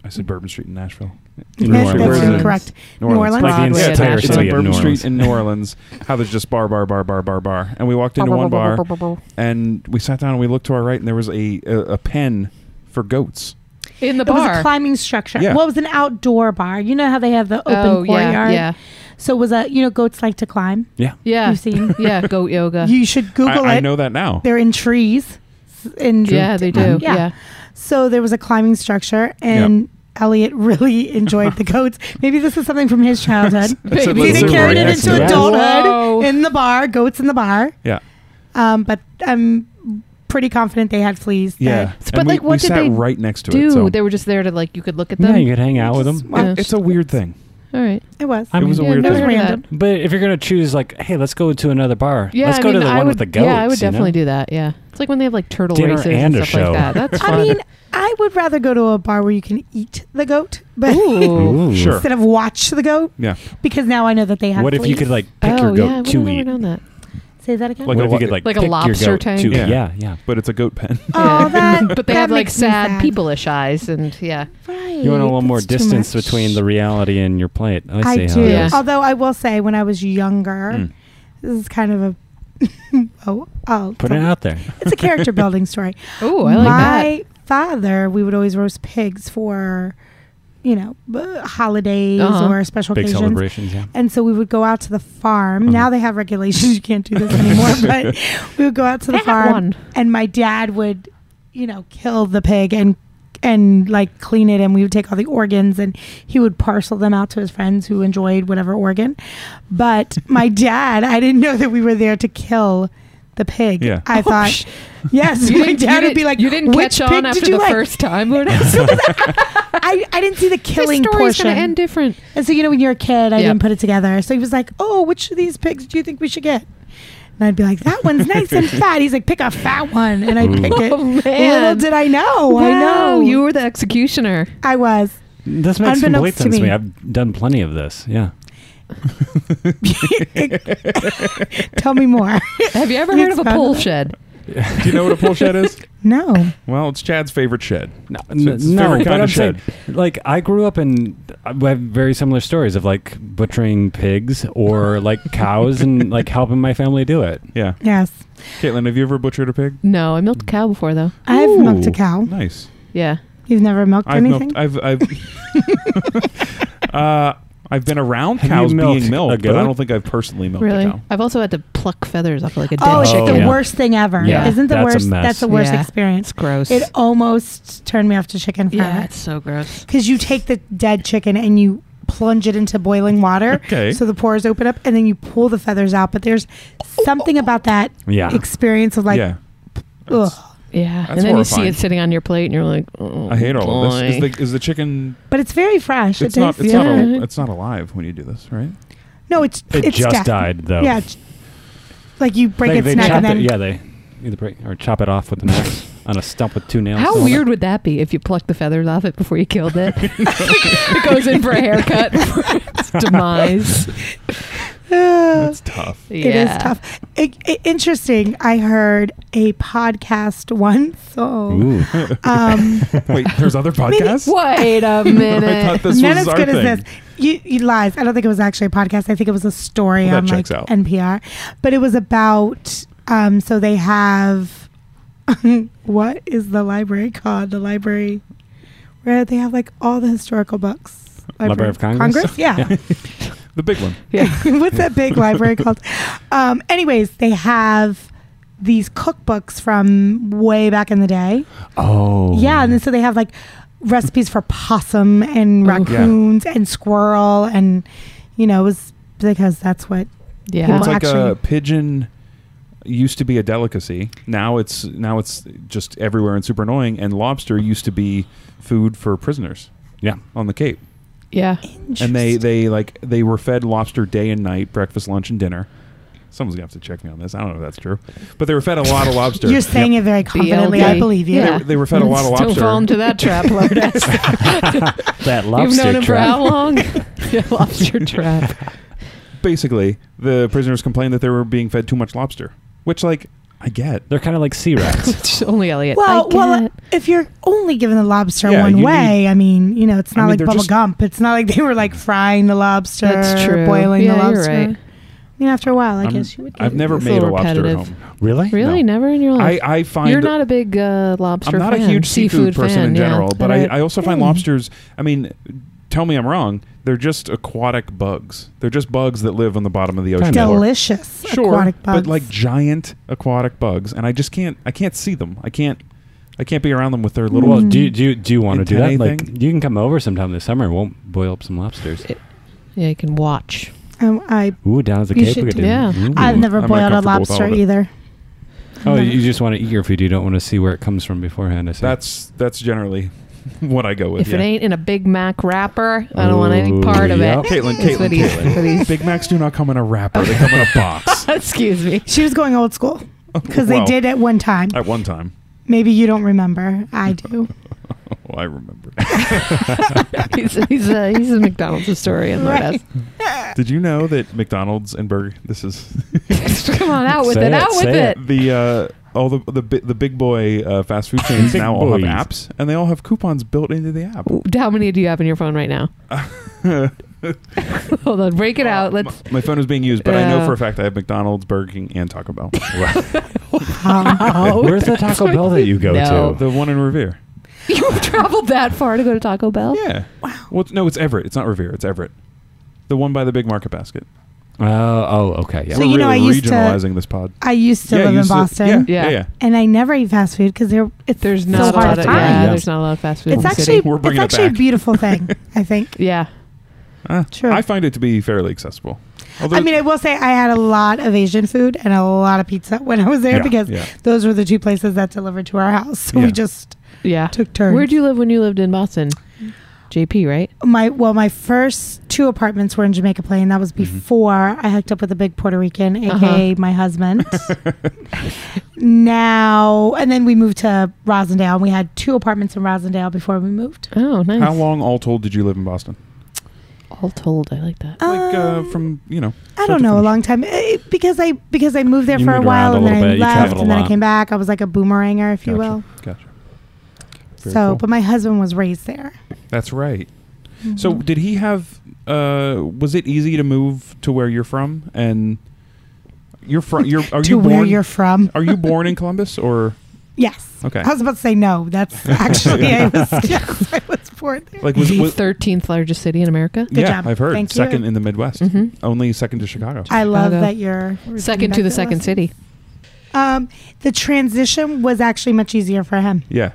Speaker 3: I said, Bourbon Street in Nashville.
Speaker 2: New
Speaker 4: Yes,
Speaker 2: Orleans.
Speaker 4: that's
Speaker 2: Where is it?
Speaker 4: correct.
Speaker 3: New
Speaker 4: New
Speaker 3: Orleans.
Speaker 2: Like
Speaker 4: Orleans.
Speaker 2: the
Speaker 1: Broadway
Speaker 2: entire
Speaker 1: at
Speaker 3: It's
Speaker 2: city
Speaker 1: Nashville.
Speaker 3: on
Speaker 2: of
Speaker 3: Bourbon
Speaker 2: New Orleans.
Speaker 3: Street in New Orleans. How there's just bar, bar, bar, bar, bar, bar, and we walked into one bar and we sat down and we looked to our right and there was a a, a pen for goats.
Speaker 1: in the
Speaker 4: It was a
Speaker 1: bar.
Speaker 4: climbing structure.
Speaker 3: Yeah.
Speaker 4: Well, it was an outdoor bar. You know how they have the open
Speaker 1: oh yeah,
Speaker 4: courtyard.
Speaker 1: yeah,
Speaker 4: So it was a you know goats like to climb.
Speaker 2: Yeah.
Speaker 1: yeah,
Speaker 4: You've seen.
Speaker 1: yeah. Goat yoga.
Speaker 4: you should Google
Speaker 3: I, I
Speaker 4: it.
Speaker 3: know that now.
Speaker 4: They're in trees. S- In
Speaker 1: yeah, they do.
Speaker 4: Yeah.
Speaker 1: Yeah.
Speaker 4: So there was a climbing structure, and Elliot really enjoyed the goats. Maybe this is something from his childhood.
Speaker 1: Baby.
Speaker 3: That's
Speaker 4: See,
Speaker 3: was
Speaker 4: they
Speaker 1: Zoo
Speaker 4: carried
Speaker 1: right
Speaker 4: it
Speaker 1: next
Speaker 4: into
Speaker 1: to it.
Speaker 4: adulthood
Speaker 1: Whoa.
Speaker 4: in the bar. Goats in the bar.
Speaker 3: Yeah.
Speaker 4: Um, but I'm pretty confident they had fleas. that-
Speaker 3: Yeah,
Speaker 1: But,
Speaker 3: And we,
Speaker 1: like,
Speaker 3: we
Speaker 1: what did
Speaker 3: sat
Speaker 1: they
Speaker 3: right next to
Speaker 1: Dude,
Speaker 3: it. So
Speaker 1: they were just there to like you could look at them.
Speaker 2: Yeah, you could hang out with them.
Speaker 4: Well,
Speaker 1: Yeah.
Speaker 3: it's a weird thing.
Speaker 1: All right.
Speaker 4: it was.
Speaker 2: I
Speaker 3: it was a
Speaker 2: mean,
Speaker 3: weird
Speaker 4: it was
Speaker 3: thing.
Speaker 4: random.
Speaker 2: But if you're gonna choose, like, hey, let's go to another bar.
Speaker 1: Yeah,
Speaker 2: let's
Speaker 1: I
Speaker 2: go
Speaker 1: mean,
Speaker 2: to the
Speaker 1: I
Speaker 2: one
Speaker 1: would,
Speaker 2: with the goats.
Speaker 1: Yeah, I would
Speaker 2: you know?
Speaker 1: definitely do that. Yeah, it's like when they have like turtle
Speaker 2: Dinner
Speaker 1: races
Speaker 2: and
Speaker 1: and,
Speaker 2: a
Speaker 1: stuff
Speaker 2: show.
Speaker 1: like that. That's
Speaker 4: I
Speaker 1: fun.
Speaker 4: mean, I would rather go to a bar where you can eat the goat, but
Speaker 1: Ooh.
Speaker 2: Ooh.
Speaker 3: Sure.
Speaker 4: instead of watch the goat,
Speaker 3: Yeah,
Speaker 4: because now I know that they have.
Speaker 2: What if you
Speaker 4: fleas.
Speaker 2: could like pick
Speaker 1: Oh
Speaker 2: your
Speaker 1: yeah, I
Speaker 2: goat
Speaker 1: would
Speaker 2: to
Speaker 1: have never
Speaker 2: eat?
Speaker 1: known that.
Speaker 4: say that again?
Speaker 2: Like, what if you
Speaker 3: what-
Speaker 2: could like,
Speaker 1: Like a
Speaker 2: pick your
Speaker 1: lobster
Speaker 2: goat
Speaker 1: tank?
Speaker 2: To,
Speaker 3: Yeah.
Speaker 2: yeah. yeah, yeah.
Speaker 3: but it's a goat pen.
Speaker 4: oh, that.
Speaker 1: but they
Speaker 4: that
Speaker 1: have like
Speaker 4: makes me
Speaker 1: sad, people-ish eyes, and yeah,
Speaker 4: Right.
Speaker 2: You want a little more
Speaker 4: That's too
Speaker 2: distance
Speaker 4: much.
Speaker 2: between the reality and Hmm. your plate. I see
Speaker 4: I
Speaker 2: how
Speaker 4: do.
Speaker 2: it
Speaker 1: Yeah.
Speaker 2: is.
Speaker 4: Although I will say, when I was younger,
Speaker 3: Mm.
Speaker 4: this is kind of a oh oh,
Speaker 2: Put it out there.
Speaker 4: it's a character building story.
Speaker 1: oh, I like
Speaker 4: My father, we would always roast pigs for, you know, b- holidays
Speaker 1: Uh-huh.
Speaker 4: or special
Speaker 2: Big
Speaker 4: occasions.
Speaker 2: celebrations. Yeah.
Speaker 4: And so we would go out to the farm.
Speaker 2: Uh-huh.
Speaker 4: Now they have regulations; you can't do this anymore. but we would go out to
Speaker 1: that.
Speaker 4: the farm,
Speaker 1: one.
Speaker 4: and my dad would, you know, kill the pig and and like clean it, and we would take all the organs, and he would parcel them out to his friends who enjoyed whatever organ. But my dad, I didn't know that we were there to kill the pig.
Speaker 3: Yeah.
Speaker 4: I thought,
Speaker 1: sh-
Speaker 4: yes,
Speaker 1: You
Speaker 4: my
Speaker 1: didn't- you
Speaker 4: dad would
Speaker 1: didn't-
Speaker 4: be like,
Speaker 1: you didn't
Speaker 4: Which
Speaker 1: catch on
Speaker 4: pig did
Speaker 1: after
Speaker 4: you
Speaker 1: the
Speaker 4: like?
Speaker 1: first time, Lord.
Speaker 4: I, I didn't see the
Speaker 1: This
Speaker 4: killing
Speaker 1: story's
Speaker 4: portion.
Speaker 1: gonna end different.
Speaker 4: And so, you know, when you're a kid, I
Speaker 1: Yeah.
Speaker 4: didn't put it together. So he was like, Oh, which of these pigs do you think we should get? And I'd be like, That one's nice and fat. He's like, Pick a fat one. And I'd pick it.
Speaker 1: Oh man!
Speaker 4: Little did I know. Oh, I know.
Speaker 1: you were the executioner.
Speaker 4: I was.
Speaker 2: This makes complete
Speaker 4: Unbeknownst to
Speaker 2: sense to me.
Speaker 4: me.
Speaker 2: I've done plenty of this. Yeah.
Speaker 4: Tell me more.
Speaker 1: Have you ever
Speaker 4: You
Speaker 1: heard of a
Speaker 4: expanded
Speaker 1: pole
Speaker 4: it?
Speaker 1: shed?
Speaker 3: Do you know what a pole shed is?
Speaker 4: no.
Speaker 3: Well, it's Chad's favorite shed.
Speaker 2: No,
Speaker 3: It's- it's his favorite kind
Speaker 2: but
Speaker 3: of
Speaker 2: I'm saying, like I grew up in, I have very similar stories of like butchering pigs or like cows and like helping my family do it.
Speaker 3: Yeah,
Speaker 4: Yes.
Speaker 3: Caitlin, have you ever butchered a pig?
Speaker 1: No, I milked a cow before though.
Speaker 4: I've milked a
Speaker 3: Ooh,
Speaker 4: cow.
Speaker 3: Nice.
Speaker 1: Yeah,
Speaker 4: You've never milked
Speaker 3: I've
Speaker 4: anything?
Speaker 3: milked. I've I've uh, I've been around
Speaker 2: Have you
Speaker 3: cows
Speaker 2: milked
Speaker 3: being
Speaker 2: a
Speaker 3: milked, but I
Speaker 2: goat?
Speaker 3: don't think I've personally milked
Speaker 5: Really?
Speaker 3: a cow.
Speaker 5: I've also had to pluck feathers off like a dead
Speaker 4: oh, it's
Speaker 2: shit.
Speaker 5: chicken.
Speaker 4: the
Speaker 2: yeah.
Speaker 4: worst thing ever.
Speaker 5: Yeah.
Speaker 4: Isn't the
Speaker 2: That's a
Speaker 4: worst?
Speaker 2: mess.
Speaker 4: That's the worst
Speaker 5: Yeah.
Speaker 4: experience.
Speaker 5: It's gross.
Speaker 4: It almost turned me off to chicken
Speaker 5: yeah,
Speaker 4: forever.
Speaker 5: it's so gross.
Speaker 4: Because you take the dead chicken and you plunge it into boiling water.
Speaker 3: Okay.
Speaker 4: So the pores open up and then you pull the feathers out. But there's something about that
Speaker 2: Yeah.
Speaker 4: experience of like,
Speaker 3: yeah,
Speaker 4: ugh.
Speaker 5: Yeah,
Speaker 3: That's
Speaker 5: and then you see
Speaker 3: horrifying.
Speaker 5: it sitting on your plate, and you're like, oh,
Speaker 3: I hate all of this.
Speaker 5: boy.
Speaker 3: Is the, is the chicken?
Speaker 4: But it's very fresh.
Speaker 3: It's,
Speaker 4: It
Speaker 3: not.
Speaker 4: tastes
Speaker 3: It's not.
Speaker 4: good.
Speaker 3: Al- it's not alive when you do this, right?
Speaker 4: no, it's
Speaker 2: It
Speaker 4: it's
Speaker 2: just
Speaker 4: dead.
Speaker 2: died though.
Speaker 4: Yeah. it's- Like you break
Speaker 2: they,
Speaker 4: its
Speaker 2: they
Speaker 4: neck
Speaker 2: chop
Speaker 4: and then
Speaker 2: it. Yeah, they either break or chop it off with the knife on a stump with two nails.
Speaker 1: How weird would that be if you plucked the feathers off it before you killed it? it goes in for a haircut before its demise.
Speaker 4: Ugh.
Speaker 3: That's tough.
Speaker 5: yeah.
Speaker 4: It is tough. I I- interesting. I heard a podcast once. So,
Speaker 2: Ooh.
Speaker 4: um,
Speaker 3: Wait, there's other podcasts.
Speaker 1: Wait a
Speaker 3: I
Speaker 1: minute.
Speaker 3: thought this
Speaker 4: not
Speaker 3: was
Speaker 4: as
Speaker 3: our
Speaker 4: good
Speaker 3: thing.
Speaker 4: as this. You, you lies. I don't think it was actually a podcast. I think it was a story
Speaker 3: Well, that
Speaker 4: on like
Speaker 3: checks out.
Speaker 4: NPR. But it was about. Um, so they have. what is the library called? The library where they have like all the historical books.
Speaker 2: Library of Congress?
Speaker 4: Yeah.
Speaker 3: The big one.
Speaker 1: Yeah.
Speaker 4: What's that big library called? Um, anyways, they have these cookbooks from way back in the day.
Speaker 2: Oh.
Speaker 4: Yeah, and then so they have like recipes for possum and
Speaker 3: Oh,
Speaker 1: Ooh.
Speaker 4: raccoons and squirrel, and you know, it was because that's what.
Speaker 1: Yeah.
Speaker 3: it's
Speaker 4: Well,
Speaker 3: like
Speaker 4: actually-
Speaker 3: a pigeon used to be a delicacy. Now it's now it's just everywhere and super annoying. And lobster used to be food for prisoners
Speaker 2: Yeah.
Speaker 3: on the Cape.
Speaker 1: Yeah.
Speaker 3: And they they like they were fed lobster day and night, breakfast, lunch, and dinner. Someone's gonna have to check me on this. I don't know if that's true, but they were fed a lot of lobster.
Speaker 4: You're saying it very confidently. I
Speaker 5: BLD.
Speaker 4: believe you.
Speaker 1: Yeah.
Speaker 3: They were fed a lot of
Speaker 5: Don't
Speaker 3: lobster.
Speaker 5: fall into that trap, Lourdes.
Speaker 2: That lobster
Speaker 1: You've known him for
Speaker 2: trap.
Speaker 1: how long? Yeah, Lobster trap.
Speaker 3: Basically, the prisoners complained that they were being fed too much lobster, which like I get.
Speaker 2: They're kind of like sea rats.
Speaker 1: It's only Elliot.
Speaker 4: Well,
Speaker 1: I
Speaker 4: well,
Speaker 1: get-
Speaker 4: if you're only giving the lobster
Speaker 3: Yeah,
Speaker 4: one
Speaker 3: you
Speaker 4: way, I mean, you know, it's
Speaker 3: I
Speaker 4: not
Speaker 3: mean,
Speaker 4: like
Speaker 3: they're
Speaker 4: Bubble
Speaker 3: just-
Speaker 4: Gump. It's not like they were like frying the lobster,
Speaker 1: that's true.
Speaker 4: boiling
Speaker 1: yeah,
Speaker 4: the
Speaker 1: you're
Speaker 4: lobster.
Speaker 1: right.
Speaker 4: I mean, after a while, I
Speaker 3: I'm-
Speaker 4: guess you would.
Speaker 3: I've
Speaker 4: Get
Speaker 3: never
Speaker 5: It's a
Speaker 3: made a
Speaker 5: little
Speaker 3: lobster at
Speaker 5: repetitive.
Speaker 3: home.
Speaker 2: really?
Speaker 1: Really? Never in your
Speaker 3: I
Speaker 1: life?
Speaker 3: I find
Speaker 1: You're not a big uh, lobster
Speaker 3: I'm not
Speaker 1: fan,
Speaker 3: a huge seafood, person
Speaker 1: fan,
Speaker 3: in
Speaker 1: yeah.
Speaker 3: general, but I,
Speaker 1: Right.
Speaker 3: I also find
Speaker 4: Mm.
Speaker 3: lobsters. I mean, tell me I'm wrong. They're just aquatic bugs. They're just bugs that live on the bottom of the ocean.
Speaker 2: Kind of.
Speaker 3: floor.
Speaker 4: delicious
Speaker 3: Sure,
Speaker 4: aquatic bugs.
Speaker 3: but like giant aquatic bugs, and I just can't. I can't see them. I can't. I can't be around them with their little.
Speaker 2: Well, do you, do you, do you want to do that?
Speaker 3: Antennae
Speaker 2: Like,
Speaker 3: thing?
Speaker 2: you can come over sometime this summer. We'll boil up some lobsters.
Speaker 5: yeah, you can watch.
Speaker 4: Um, I
Speaker 2: Ooh, down at the
Speaker 4: You
Speaker 2: Cape.
Speaker 4: should
Speaker 2: we could
Speaker 4: do-
Speaker 2: do-
Speaker 5: yeah.
Speaker 2: Ooh.
Speaker 4: I've never
Speaker 3: I'm not
Speaker 4: boiled a
Speaker 3: comfortable with all
Speaker 4: lobster
Speaker 3: of it.
Speaker 4: either.
Speaker 2: Oh,
Speaker 4: Never.
Speaker 2: you just want to eat your food. You don't want to see where it comes from beforehand. I see.
Speaker 3: That's that's generally what I go with.
Speaker 5: If
Speaker 3: yeah.
Speaker 5: it ain't in a Big Mac wrapper, I don't want any
Speaker 2: Ooh,
Speaker 5: part of
Speaker 1: Oh.
Speaker 2: yep.
Speaker 5: it.
Speaker 3: Caitlin,
Speaker 5: That's
Speaker 3: Caitlin,
Speaker 5: what he's- what
Speaker 3: Caitlin.
Speaker 5: he's-
Speaker 3: Big Macs do not come in a wrapper. They come in a box.
Speaker 5: Excuse me.
Speaker 4: She was going old school because
Speaker 3: Well, uh,
Speaker 4: they did at one time.
Speaker 3: at one time.
Speaker 4: Maybe you don't remember.
Speaker 3: uh,
Speaker 4: I do.
Speaker 3: Oh, I remember.
Speaker 5: He's, he's, a, he's a McDonald's historian, Lourdes.
Speaker 3: Did you know that McDonald's and Burger? This is
Speaker 1: Come on, out with it,
Speaker 2: Say it,
Speaker 1: out with
Speaker 2: say
Speaker 1: it.
Speaker 2: it.
Speaker 3: the uh, all the the bi- the big boy uh, fast food chains
Speaker 2: Big
Speaker 3: now all have
Speaker 2: boys.
Speaker 3: apps, and they all have coupons built into the app.
Speaker 1: How many do you have in your phone right now? Hold on, break it out. Let's.
Speaker 3: My phone is being used, but I know
Speaker 1: Yeah.
Speaker 3: for a fact I have McDonald's, Burger King, and Taco Bell.
Speaker 1: Oh,
Speaker 2: Where's the Taco Bell that you go
Speaker 1: No.
Speaker 2: to?
Speaker 3: the one in Revere.
Speaker 1: You've traveled that far to go to Taco Bell?
Speaker 3: Yeah. Wow. Well, it's- no, it's Everett. It's not Revere. It's Everett. The one by the big market basket.
Speaker 2: Oh, oh, okay, yeah.
Speaker 4: So
Speaker 3: We're
Speaker 4: you know,
Speaker 3: really
Speaker 4: I used to-
Speaker 3: regionalizing this pod.
Speaker 4: I used to
Speaker 3: Yeah, you
Speaker 4: live in
Speaker 3: used to-
Speaker 4: Boston,
Speaker 3: yeah,
Speaker 1: Yeah.
Speaker 3: yeah, yeah.
Speaker 4: and I never eat fast food because there it's
Speaker 1: There's
Speaker 4: so
Speaker 1: not a
Speaker 4: hard
Speaker 1: lot
Speaker 4: to
Speaker 1: of
Speaker 4: find.
Speaker 1: yeah,
Speaker 2: Yeah.
Speaker 1: There's not a lot of fast food.
Speaker 4: It's
Speaker 1: in the
Speaker 4: actually
Speaker 1: city.
Speaker 3: We're
Speaker 4: it's
Speaker 3: bringing it
Speaker 4: actually a
Speaker 3: back.
Speaker 4: beautiful thing. I think.
Speaker 1: yeah.
Speaker 3: Uh,
Speaker 4: Sure.
Speaker 3: I find it to be fairly accessible. Although
Speaker 4: I mean, I will say I had a lot of Asian food and a lot of pizza when I was there
Speaker 2: Yeah,
Speaker 4: because
Speaker 3: yeah.
Speaker 4: those were the two places that delivered to our house. So
Speaker 3: Yeah.
Speaker 4: we just
Speaker 1: Yeah.
Speaker 4: took turns.
Speaker 5: Where'd you live when you lived in Boston? JP, right?
Speaker 4: my well my first two apartments were in jamaica plain that was
Speaker 3: Mm-hmm.
Speaker 4: before i hooked up with a big puerto rican aka my husband now and then we moved to rosendale and we had two apartments in rosendale before we moved
Speaker 5: Oh, nice.
Speaker 3: how long all told did you live in Boston?
Speaker 5: All told, I like that.
Speaker 3: Like uh,
Speaker 4: Um,
Speaker 3: from you know.
Speaker 4: i
Speaker 3: start
Speaker 4: don't
Speaker 3: to
Speaker 4: know a
Speaker 3: finish.
Speaker 4: long time Eh, because i because i moved there
Speaker 2: You
Speaker 4: for a
Speaker 2: moved
Speaker 4: while
Speaker 2: around
Speaker 4: and
Speaker 2: a
Speaker 4: then
Speaker 2: little
Speaker 4: i
Speaker 2: bit, you
Speaker 4: left
Speaker 2: traveled a
Speaker 4: and then i
Speaker 2: lot.
Speaker 4: came back i was like a boomeranger if you
Speaker 3: Gotcha.
Speaker 4: will
Speaker 3: Gotcha. Very
Speaker 4: so
Speaker 3: cool.
Speaker 4: but my husband was raised there
Speaker 3: That's right.
Speaker 4: Mm-hmm.
Speaker 3: So did he have? Uh, was it easy to move to where you're from? And you're from? You're are
Speaker 4: to
Speaker 3: you
Speaker 4: where
Speaker 3: born?
Speaker 4: you're from
Speaker 3: are you born in Columbus or
Speaker 4: Yes.
Speaker 3: Okay.
Speaker 4: I was about to say no. That's actually I was just I was born there.
Speaker 3: Like was,
Speaker 1: the
Speaker 3: was
Speaker 1: 13th largest city in America.
Speaker 4: Good
Speaker 3: yeah,
Speaker 4: job.
Speaker 3: I've heard
Speaker 4: Thank you.
Speaker 3: second in the Midwest,
Speaker 1: hmm
Speaker 3: only second to Chicago.
Speaker 4: I love
Speaker 1: Chicago.
Speaker 4: that you're
Speaker 1: Second to the second city.
Speaker 4: Um, the transition was actually much easier for him
Speaker 3: yeah,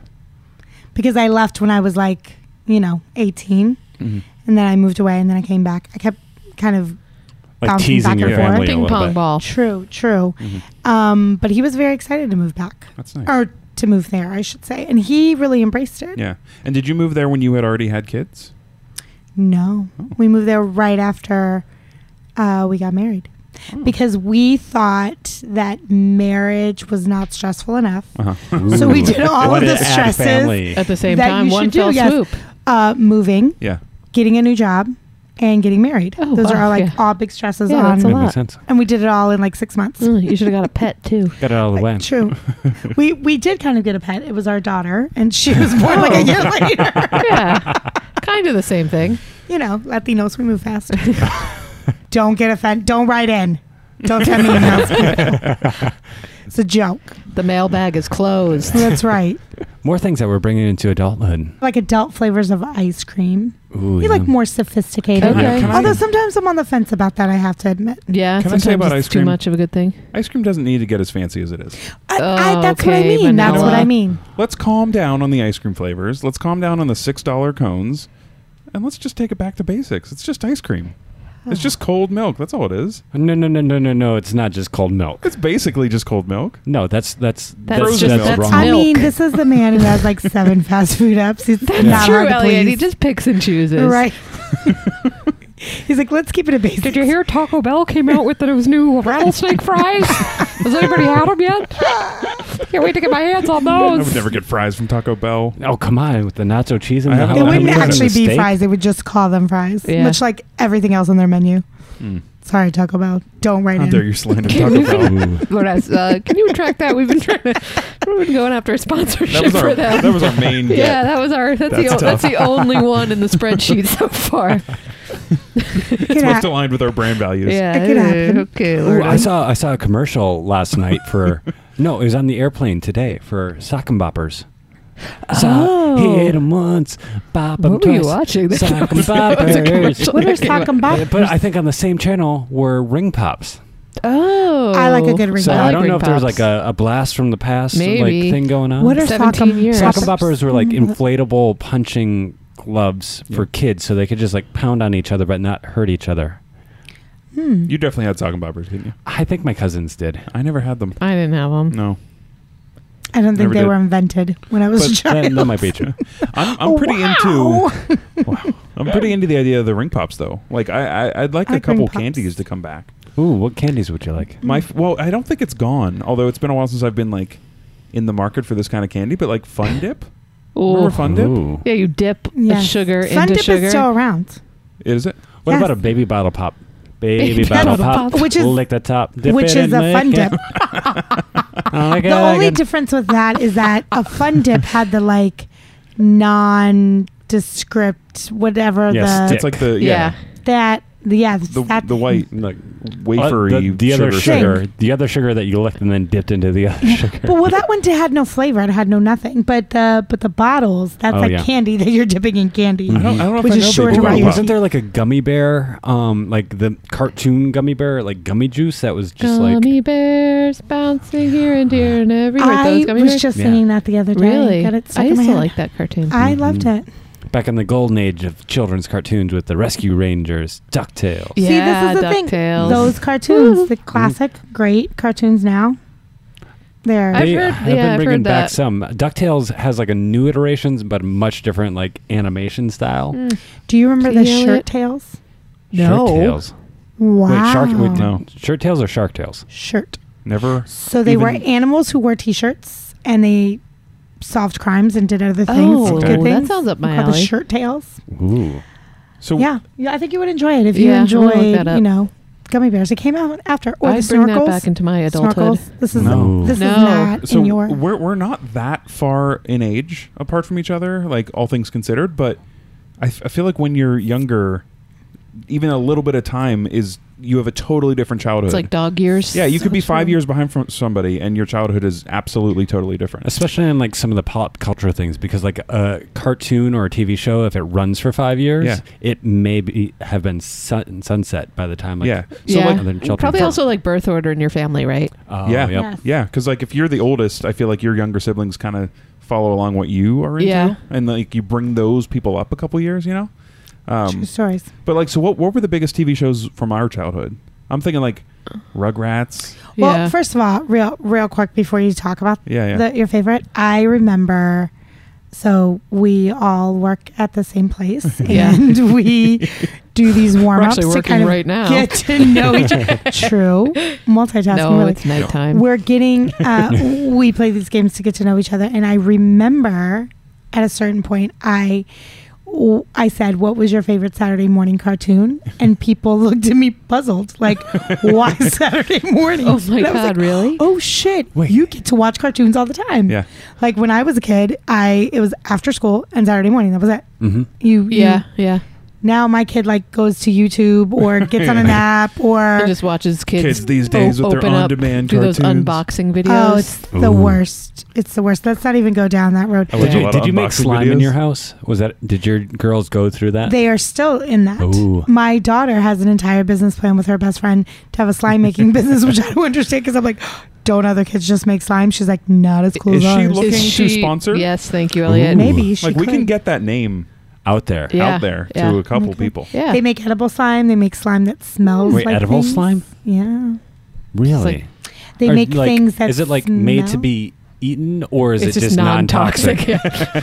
Speaker 4: because I left when I was like you know 18,
Speaker 3: Mhm.
Speaker 4: and then I moved away, and then I came back. I kept kind of
Speaker 2: Like
Speaker 4: Bouncing
Speaker 2: teasing
Speaker 4: back
Speaker 2: your
Speaker 4: and forth.
Speaker 2: family a
Speaker 1: Ping
Speaker 2: little
Speaker 1: pong
Speaker 2: bit.
Speaker 1: ball.
Speaker 4: true, true.
Speaker 3: Mhm.
Speaker 4: Um, but he was very excited to move back
Speaker 3: that's nice.
Speaker 4: or to move there, I should say, and he really embraced it.
Speaker 3: Yeah, and did you move there when you had already had kids?
Speaker 4: No,
Speaker 3: Oh.
Speaker 4: we moved there right after uh, we got married
Speaker 3: Hmm.
Speaker 4: because we thought that marriage was not stressful enough.
Speaker 3: Uh-huh.
Speaker 4: So we
Speaker 2: Ooh.
Speaker 4: did all
Speaker 2: What
Speaker 4: of the
Speaker 2: an add
Speaker 4: stresses.
Speaker 2: family.
Speaker 1: At the same
Speaker 4: That
Speaker 1: time,
Speaker 4: you
Speaker 1: one
Speaker 4: should do,
Speaker 1: fell
Speaker 4: yes.
Speaker 1: swoop.
Speaker 4: Uh, moving,
Speaker 3: Yeah,
Speaker 4: getting a new job, and getting married.
Speaker 1: Oh,
Speaker 4: Those
Speaker 1: wow,
Speaker 4: are all like
Speaker 1: yeah.
Speaker 4: all big stresses
Speaker 1: Yeah, that's
Speaker 2: That
Speaker 1: a
Speaker 4: on,
Speaker 1: lot.
Speaker 2: makes sense.
Speaker 4: and we did it all in like six months.
Speaker 1: Mm, you should have got a pet too.
Speaker 2: Got it out of the way.
Speaker 4: True, we we did kind of get a pet. It was our daughter, and she was born like a year later.
Speaker 1: Yeah, kind of the same thing.
Speaker 4: you know, Latinos, we move fast. don't get offended. Don't write in. Don't send me emails. it's a joke.
Speaker 1: The mailbag is closed.
Speaker 4: That's right.
Speaker 2: More things that we're bringing into adulthood.
Speaker 4: Like adult flavors of ice cream.
Speaker 2: Ooh,
Speaker 4: You
Speaker 2: Oh, yeah.
Speaker 4: like more sophisticated.
Speaker 1: Okay. Yeah,
Speaker 3: can I-
Speaker 4: Although sometimes I'm on the fence about that, I have to admit.
Speaker 1: Yeah,
Speaker 3: Can I
Speaker 1: sometimes
Speaker 3: say about
Speaker 1: it's
Speaker 3: ice
Speaker 1: too
Speaker 3: cream?
Speaker 1: much of a good thing.
Speaker 3: ice cream doesn't need to get as fancy as it is.
Speaker 4: I, I, that's what I
Speaker 1: Okay,
Speaker 4: mean. That's what
Speaker 1: vanilla.
Speaker 4: I mean.
Speaker 3: Let's calm down on the ice cream flavors. Let's calm down on the six dollar cones, and let's just take it back to basics. It's just ice cream. It's just cold milk. That's all it is.
Speaker 2: No, no, no, no, no, no. It's not just cold milk.
Speaker 3: It's basically just cold milk.
Speaker 2: No, that's that's
Speaker 1: That's
Speaker 2: that's,
Speaker 3: just-
Speaker 2: that's
Speaker 3: that's
Speaker 2: wrong.
Speaker 4: I
Speaker 1: Milk.
Speaker 4: mean, this is the man who has like seven fast food apps. It's
Speaker 1: That's
Speaker 4: not
Speaker 1: true,
Speaker 4: hard to
Speaker 1: Elliot. He
Speaker 4: please.
Speaker 1: just picks and chooses.
Speaker 4: right. He's like, let's keep it at basics.
Speaker 5: Did you hear Taco Bell came out with those new rattlesnake fries? Has anybody had them yet? Can't wait to get my hands on
Speaker 3: I
Speaker 5: those.
Speaker 3: would never get fries from Taco Bell.
Speaker 2: Oh come on, with the nacho cheese and
Speaker 3: I
Speaker 2: the
Speaker 3: haven't-
Speaker 4: They
Speaker 3: Oh,
Speaker 4: wouldn't
Speaker 3: hamburgers and
Speaker 4: actually be
Speaker 2: steak?
Speaker 4: fries. They would just call them fries,
Speaker 1: Yeah.
Speaker 4: much like everything else on their menu.
Speaker 3: Mm.
Speaker 4: Sorry, Taco Bell. Don't write
Speaker 2: Oh,
Speaker 3: How dare
Speaker 4: in.
Speaker 3: you slander
Speaker 1: Can
Speaker 3: Taco
Speaker 1: you-
Speaker 3: Bell?
Speaker 2: Ooh.
Speaker 1: Lourdes, uh, can you retract that? We've been trying to. We've been going after a sponsorship
Speaker 3: That was
Speaker 1: for
Speaker 3: our
Speaker 1: them.
Speaker 3: that was our main
Speaker 1: yeah,
Speaker 3: get.
Speaker 1: that was our. That's,
Speaker 3: That's
Speaker 1: the. o- That's
Speaker 3: tough.
Speaker 1: the only one in the spreadsheet so far.
Speaker 4: Get
Speaker 3: It's most
Speaker 4: out.
Speaker 3: aligned with our brand values.
Speaker 1: yeah.
Speaker 4: It could happen.
Speaker 1: Okay.
Speaker 2: Ooh, I
Speaker 1: Lourdes.
Speaker 2: saw I saw a commercial last night for no, it was on the airplane today for sock and boppers. So
Speaker 1: Oh.
Speaker 2: he hit him once, bop him
Speaker 1: What were
Speaker 2: twice.
Speaker 1: you watching? That
Speaker 2: Sock and
Speaker 1: was- that was a commercial.
Speaker 2: boppers.
Speaker 4: What are talking
Speaker 2: Uh,
Speaker 4: about?
Speaker 2: But I think on the same channel were ring pops.
Speaker 1: Oh.
Speaker 4: I like a good ring
Speaker 2: So
Speaker 4: I
Speaker 2: I,
Speaker 4: like
Speaker 2: don't
Speaker 1: ring
Speaker 2: know if there was
Speaker 1: pops.
Speaker 2: like a, a blast from the past
Speaker 1: Maybe.
Speaker 2: like thing going on.
Speaker 4: What are sock
Speaker 1: 17
Speaker 4: 'em-
Speaker 1: years.
Speaker 4: sock
Speaker 2: sock
Speaker 4: 'em
Speaker 2: and boppers were like
Speaker 4: Mm.
Speaker 2: inflatable punching gloves for
Speaker 3: Yeah.
Speaker 2: kids so they could just like pound on each other but not hurt each other.
Speaker 4: Hmm.
Speaker 3: You definitely had sock and boppers, didn't you?
Speaker 2: I think my cousins did.
Speaker 3: I never had them.
Speaker 1: I didn't have them.
Speaker 3: No,
Speaker 4: I don't think
Speaker 3: Never
Speaker 4: they
Speaker 3: did.
Speaker 4: were invented when I was a
Speaker 3: But
Speaker 4: child.
Speaker 2: That, that might be true.
Speaker 3: I'm, I'm pretty into
Speaker 4: Wow.
Speaker 3: I'm pretty into the idea of the ring pops though. Like I, I I'd like
Speaker 4: I
Speaker 3: a
Speaker 4: like ring
Speaker 3: couple
Speaker 4: pops.
Speaker 3: candies to come back.
Speaker 2: Ooh, what candies would you like?
Speaker 3: My f- well, I don't think it's gone. Although it's been a while since I've been like in the market for this kind of candy. But like Fun Dip,
Speaker 1: Ooh.
Speaker 3: remember Fun Dip?
Speaker 2: Ooh.
Speaker 1: Yeah, you dip the
Speaker 4: Yes.
Speaker 1: sugar
Speaker 4: Fun
Speaker 1: into
Speaker 4: dip
Speaker 1: sugar.
Speaker 4: is still around,
Speaker 3: Is it?
Speaker 2: What
Speaker 4: Yes.
Speaker 2: about a baby bottle pop? Baby,
Speaker 1: Baby
Speaker 2: bottle,
Speaker 1: bottle
Speaker 2: pop,
Speaker 4: pop. Which is-
Speaker 2: lick the top, dip
Speaker 4: which
Speaker 2: it and
Speaker 4: is a
Speaker 2: lick
Speaker 4: fun
Speaker 2: it.
Speaker 4: dip.
Speaker 2: Oh my
Speaker 4: The
Speaker 2: God.
Speaker 4: only difference with that is that a fun dip had the like nondescript whatever
Speaker 2: Yes,
Speaker 4: the
Speaker 2: dip.
Speaker 3: It's like the
Speaker 1: yeah.
Speaker 3: yeah,
Speaker 4: that yeah
Speaker 3: the
Speaker 4: that
Speaker 3: the white
Speaker 2: Like,
Speaker 3: wafery
Speaker 2: uh, the, the other
Speaker 4: sugar.
Speaker 2: sugar, the other sugar that you licked and then dipped into the other sugar.
Speaker 4: But well, that one d- had no flavor. It had no nothing. But the but the bottles, that's
Speaker 2: Oh,
Speaker 4: like
Speaker 2: yeah. Mm-hmm.
Speaker 4: candy that you're dipping in candy.
Speaker 3: I don't, I don't know if
Speaker 4: Which
Speaker 3: I
Speaker 4: is
Speaker 3: know
Speaker 4: short
Speaker 3: Baby
Speaker 4: and
Speaker 3: Bottle
Speaker 4: round.
Speaker 3: Pop.
Speaker 2: Wasn't there like a gummy bear, um, like the cartoon gummy bear, like gummy juice that was just
Speaker 1: gummy
Speaker 2: like
Speaker 1: bears bouncing here and here and everywhere.
Speaker 4: I
Speaker 1: Those gummy
Speaker 4: was
Speaker 1: bears.
Speaker 4: just
Speaker 2: Yeah.
Speaker 4: singing that the other day.
Speaker 1: really.
Speaker 4: Got it stuck
Speaker 1: I
Speaker 4: in
Speaker 1: used
Speaker 4: my
Speaker 1: to
Speaker 4: head.
Speaker 1: like that cartoon.
Speaker 4: I
Speaker 2: Mhm.
Speaker 4: loved it.
Speaker 2: back in the golden age of children's cartoons with the Rescue Rangers, Ducktales.
Speaker 1: yeah,
Speaker 4: See, this is the thing.
Speaker 1: DuckTales.
Speaker 4: Those cartoons,
Speaker 2: Mm-hmm.
Speaker 4: the classic great cartoons now. They're
Speaker 1: I've
Speaker 2: They
Speaker 1: heard-
Speaker 2: have
Speaker 1: yeah, I've
Speaker 2: been bringing
Speaker 1: heard
Speaker 2: back
Speaker 1: that.
Speaker 2: some. Ducktales has like a new iterations, but much different like animation style.
Speaker 1: Mm.
Speaker 4: Do you remember the
Speaker 1: Elliot.
Speaker 4: shirt tails?
Speaker 1: No.
Speaker 2: Shirt tails.
Speaker 4: Wow.
Speaker 2: Wait, shark. Wait,
Speaker 3: No.
Speaker 2: Shirt tails or shark tails?
Speaker 4: Shirt.
Speaker 3: Never.
Speaker 4: So they
Speaker 3: Even-
Speaker 4: were animals who wore T-shirts and they solved crimes and did other things.
Speaker 1: Oh,
Speaker 4: good
Speaker 1: that
Speaker 4: things.
Speaker 1: sounds up my
Speaker 4: Called the
Speaker 1: alley.
Speaker 4: shirt tails.
Speaker 2: Ooh.
Speaker 3: So
Speaker 4: yeah, yeah. I think you would enjoy it if you
Speaker 1: Yeah, I'm gonna
Speaker 4: enjoy,
Speaker 1: look that up.
Speaker 4: you know, gummy bears. It came out after or
Speaker 1: I
Speaker 4: the
Speaker 1: bring that
Speaker 4: snorkels.
Speaker 1: back into my adulthood.
Speaker 4: Snorkels. This is
Speaker 2: No.
Speaker 4: this
Speaker 1: No.
Speaker 4: is not
Speaker 3: so
Speaker 4: in your.
Speaker 3: we're we're not that far in age apart from each other, like all things considered. But I, f- I feel like when you're younger, even a little bit of time is you have a totally different childhood.
Speaker 6: It's like dog years.
Speaker 3: yeah, you could be
Speaker 6: That's right.
Speaker 3: five years behind from somebody, and your childhood is absolutely totally different.
Speaker 2: especially in like some of the pop culture things because like a cartoon or a tv show if it runs for five years
Speaker 3: Yeah.
Speaker 2: it may be have been sun, sunset by the time like
Speaker 3: yeah,
Speaker 2: so
Speaker 6: yeah.
Speaker 2: like other children
Speaker 6: Probably also like birth order in your family, right?
Speaker 2: oh, yep.
Speaker 3: Yeah.
Speaker 4: Yeah.
Speaker 3: yeah, because like if you're the oldest, I feel like your younger siblings kind of follow along what you are into,
Speaker 6: Yeah.
Speaker 3: and like you bring those people up a couple years, you know. Um,
Speaker 4: True stories.
Speaker 3: but like, so what? What were the biggest TV shows from our childhood? I'm thinking like Rugrats.
Speaker 4: Well,
Speaker 6: yeah.
Speaker 4: first of all, real real quick before you talk about
Speaker 3: Yeah, yeah.
Speaker 4: the, your favorite, I remember. So we all work at the same place,
Speaker 6: Yeah.
Speaker 4: and we do these warm ups
Speaker 6: actually
Speaker 4: to
Speaker 6: working
Speaker 4: kind of
Speaker 6: right now.
Speaker 4: get to know each other. True, multitasking.
Speaker 6: no,
Speaker 4: really.
Speaker 6: it's nighttime.
Speaker 4: We're getting, uh, we play these games to get to know each other. And I remember at a certain point, I. I said, "What was your favorite Saturday morning cartoon?" And people looked at me puzzled, like, "Why Saturday morning?"
Speaker 6: oh my
Speaker 4: And
Speaker 6: god,
Speaker 4: I was like,
Speaker 6: really?
Speaker 4: Oh shit!
Speaker 2: Wait.
Speaker 4: You get to watch cartoons all the time.
Speaker 3: Yeah.
Speaker 4: Like when I was a kid, I it was after school and Saturday morning. That was it.
Speaker 2: Mhm.
Speaker 4: You you-
Speaker 6: yeah, yeah.
Speaker 4: now my kid like goes to YouTube or gets on an app
Speaker 6: And
Speaker 4: or
Speaker 6: just watches kids,
Speaker 3: Kids these days
Speaker 6: o-
Speaker 3: with their
Speaker 6: open up,
Speaker 3: on-demand
Speaker 6: do those
Speaker 3: cartoons.
Speaker 6: unboxing videos.
Speaker 4: oh, it's the
Speaker 2: Ooh.
Speaker 4: worst. It's the worst. Let's not even go down that road.
Speaker 3: I watch
Speaker 2: did
Speaker 3: a lot
Speaker 2: you,
Speaker 3: of
Speaker 2: did you make
Speaker 3: unboxing
Speaker 2: slime in
Speaker 3: videos.
Speaker 2: your house was that did your girls go through that
Speaker 4: They are still in that.
Speaker 2: Ooh.
Speaker 4: My daughter has an entire business plan with her best friend to have a slime making business, which I don't understand because I'm like, don't other kids just make slime? She's like, not as cool
Speaker 3: Is
Speaker 4: as
Speaker 3: she
Speaker 4: ours.
Speaker 3: looking-
Speaker 6: Is
Speaker 3: to sponsor?
Speaker 6: Yes, thank you, Elliot.
Speaker 2: Ooh.
Speaker 4: Maybe she
Speaker 3: like we
Speaker 4: could.
Speaker 3: can get that name
Speaker 2: out there
Speaker 6: Yeah.
Speaker 3: out there
Speaker 6: yeah.
Speaker 3: to a couple
Speaker 4: Okay.
Speaker 3: people.
Speaker 6: Yeah,
Speaker 4: They make edible slime. They make slime that smells
Speaker 2: Wait,
Speaker 4: like
Speaker 2: edible
Speaker 4: things.
Speaker 2: slime?
Speaker 4: Yeah,
Speaker 2: really
Speaker 6: like-
Speaker 4: they
Speaker 2: Or,
Speaker 4: make
Speaker 2: like,
Speaker 4: things that
Speaker 2: is it like
Speaker 4: smell?
Speaker 2: made to be eaten or is
Speaker 6: it's
Speaker 2: it
Speaker 6: just, non-toxic.
Speaker 2: non-toxic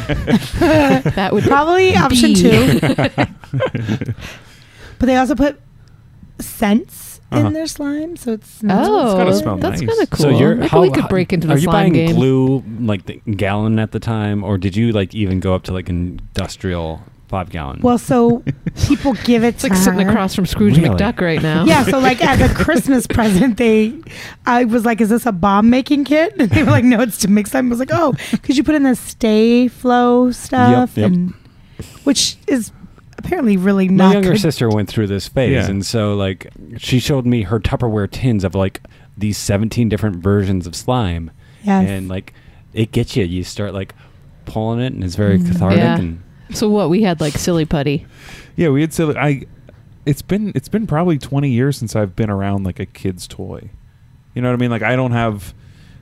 Speaker 6: Yeah. that would
Speaker 4: probably option
Speaker 6: Bee.
Speaker 4: two. but they also put scents
Speaker 3: Uh-huh.
Speaker 4: in their slime, so it smells.
Speaker 6: Oh,
Speaker 3: gotta smell
Speaker 6: that's
Speaker 3: nice.
Speaker 6: kind of cool.
Speaker 2: So you're,
Speaker 6: Maybe
Speaker 2: how,
Speaker 6: we could break into the
Speaker 2: Are you
Speaker 6: slime
Speaker 2: buying
Speaker 6: game.
Speaker 2: glue like the gallon at the time, or did you like even go up to like industrial five gallon?
Speaker 4: Well, so people give it
Speaker 6: It's
Speaker 4: to
Speaker 6: like sitting
Speaker 4: her.
Speaker 6: across from Scrooge
Speaker 2: Really?
Speaker 6: McDuck right now.
Speaker 4: Yeah, so like as a Christmas present, they, I was like, "Is this a bomb making kit?" And they were like, "No, it's to make slime." I was like, "Oh, could you put in the Stay Flow stuff?"
Speaker 2: yep.
Speaker 4: And which is apparently really
Speaker 2: my
Speaker 4: not
Speaker 2: younger
Speaker 4: good.
Speaker 2: sister went through this phase,
Speaker 3: Yeah.
Speaker 2: and so like she showed me her Tupperware tins of like these seventeen different versions of slime,
Speaker 4: Yes.
Speaker 2: and like it gets you. You start like pulling it, and it's very
Speaker 4: Mm.
Speaker 2: cathartic.
Speaker 6: Yeah.
Speaker 2: And
Speaker 6: So what we had like silly putty.
Speaker 3: Yeah, we had silly. I. It's been it's been probably twenty years since I've been around like a kid's toy. You know what I mean? Like I don't have.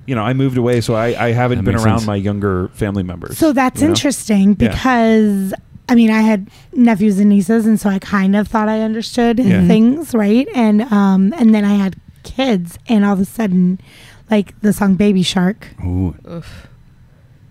Speaker 3: You know, I moved away, so I I haven't
Speaker 2: That
Speaker 3: been
Speaker 2: makes
Speaker 3: around
Speaker 2: sense.
Speaker 3: my younger family members.
Speaker 4: So that's
Speaker 3: you know?
Speaker 4: interesting
Speaker 3: Yeah.
Speaker 4: because I mean I had nephews and nieces and so I kind of thought I understood
Speaker 3: Yeah. Mm-hmm.
Speaker 4: things, right? And um and then I had kids and all of a sudden like the song Baby Shark
Speaker 2: ooh,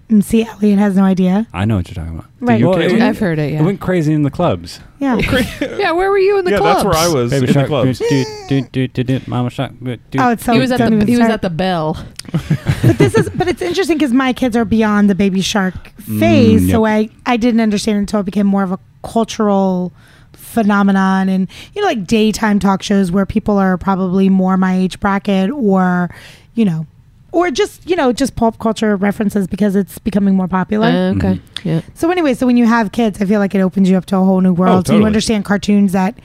Speaker 4: and see Elliot has no idea.
Speaker 2: I know what you're talking about.
Speaker 4: Right.
Speaker 2: Well,
Speaker 3: UK
Speaker 2: it,
Speaker 6: I've heard it.
Speaker 2: it
Speaker 6: Yeah.
Speaker 2: went crazy in the clubs.
Speaker 4: Yeah.
Speaker 6: Yeah, where were you in the
Speaker 3: yeah,
Speaker 6: clubs?
Speaker 3: that's where I was
Speaker 2: Baby
Speaker 3: in
Speaker 2: shark,
Speaker 3: the clubs.
Speaker 2: do, do, do, do, do, mama shark. do, do.
Speaker 4: Oh, it's so
Speaker 6: he was at
Speaker 4: don't
Speaker 6: the
Speaker 4: even
Speaker 6: he was
Speaker 4: start.
Speaker 6: at the bell.
Speaker 4: But this is but it's interesting cuz my kids are beyond the Baby Shark phase,
Speaker 2: Mm,
Speaker 4: so I I didn't understand until it became more of a cultural phenomenon and you know like daytime talk shows where people are probably more my age bracket or you know or just you know just pop culture references because it's becoming more popular
Speaker 6: Uh, okay.
Speaker 3: Mm-hmm.
Speaker 6: Yeah.
Speaker 4: so anyway so when you have kids i feel like it opens you up to a whole new world so you
Speaker 3: totally.
Speaker 4: understand cartoons that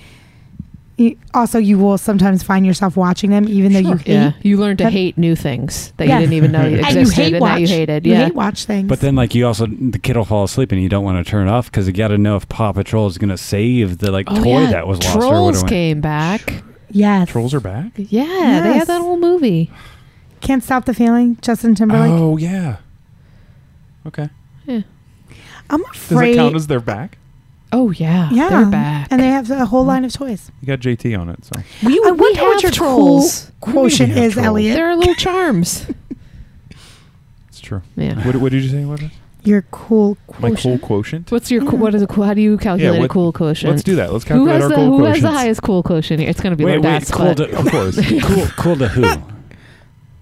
Speaker 4: you, also you will sometimes find yourself watching them even though you hate
Speaker 6: Yeah. You learn to
Speaker 4: That-
Speaker 6: hate new things that
Speaker 4: Yeah.
Speaker 6: you didn't even know
Speaker 3: And
Speaker 6: existed,
Speaker 4: and you hate
Speaker 6: and
Speaker 4: watch
Speaker 6: now you hated.
Speaker 4: you
Speaker 6: yeah.
Speaker 4: hate watch things
Speaker 2: But then, like, you also the kid will fall asleep, and you don't want to turn it off because you got to know if Paw Patrol is going to save the like
Speaker 6: oh,
Speaker 2: toy
Speaker 6: yeah.
Speaker 2: that was
Speaker 6: Trolls
Speaker 2: lost or whatever.
Speaker 6: came back.
Speaker 4: yes
Speaker 3: Trolls are back.
Speaker 6: Yeah, they
Speaker 4: Yes.
Speaker 6: had that whole movie.
Speaker 4: Can't Stop the Feeling, Justin Timberlake.
Speaker 3: Oh yeah. Okay.
Speaker 4: I'm
Speaker 3: Does
Speaker 4: afraid.
Speaker 3: that count as they're back?
Speaker 6: Oh yeah,
Speaker 4: yeah,
Speaker 6: they're back.
Speaker 4: and they have a whole line of toys.
Speaker 3: You got JT on it, so
Speaker 6: we,
Speaker 4: I
Speaker 6: we
Speaker 4: wonder what
Speaker 6: have
Speaker 4: your
Speaker 6: trolls.
Speaker 4: cool quotient
Speaker 2: We have
Speaker 4: is,
Speaker 2: trolls.
Speaker 4: Elliot.
Speaker 6: They're our little charms.
Speaker 3: it's true.
Speaker 6: Yeah.
Speaker 3: What, what did you say? What was
Speaker 4: Your cool
Speaker 3: my cool
Speaker 4: quotient.
Speaker 3: quotient?
Speaker 6: What's your co- what is a cool? How do you calculate
Speaker 3: what-
Speaker 6: a cool quotient?
Speaker 3: Let's do that. Let's
Speaker 6: who
Speaker 3: calculate
Speaker 6: has
Speaker 3: our
Speaker 6: the
Speaker 3: cool
Speaker 6: who
Speaker 3: quotient.
Speaker 6: has the highest cool quotient here? It's gonna be
Speaker 2: Wait,
Speaker 6: like
Speaker 2: wait,
Speaker 6: that's
Speaker 2: cool
Speaker 6: but,
Speaker 2: to,
Speaker 3: of course.
Speaker 2: cool, cool to who?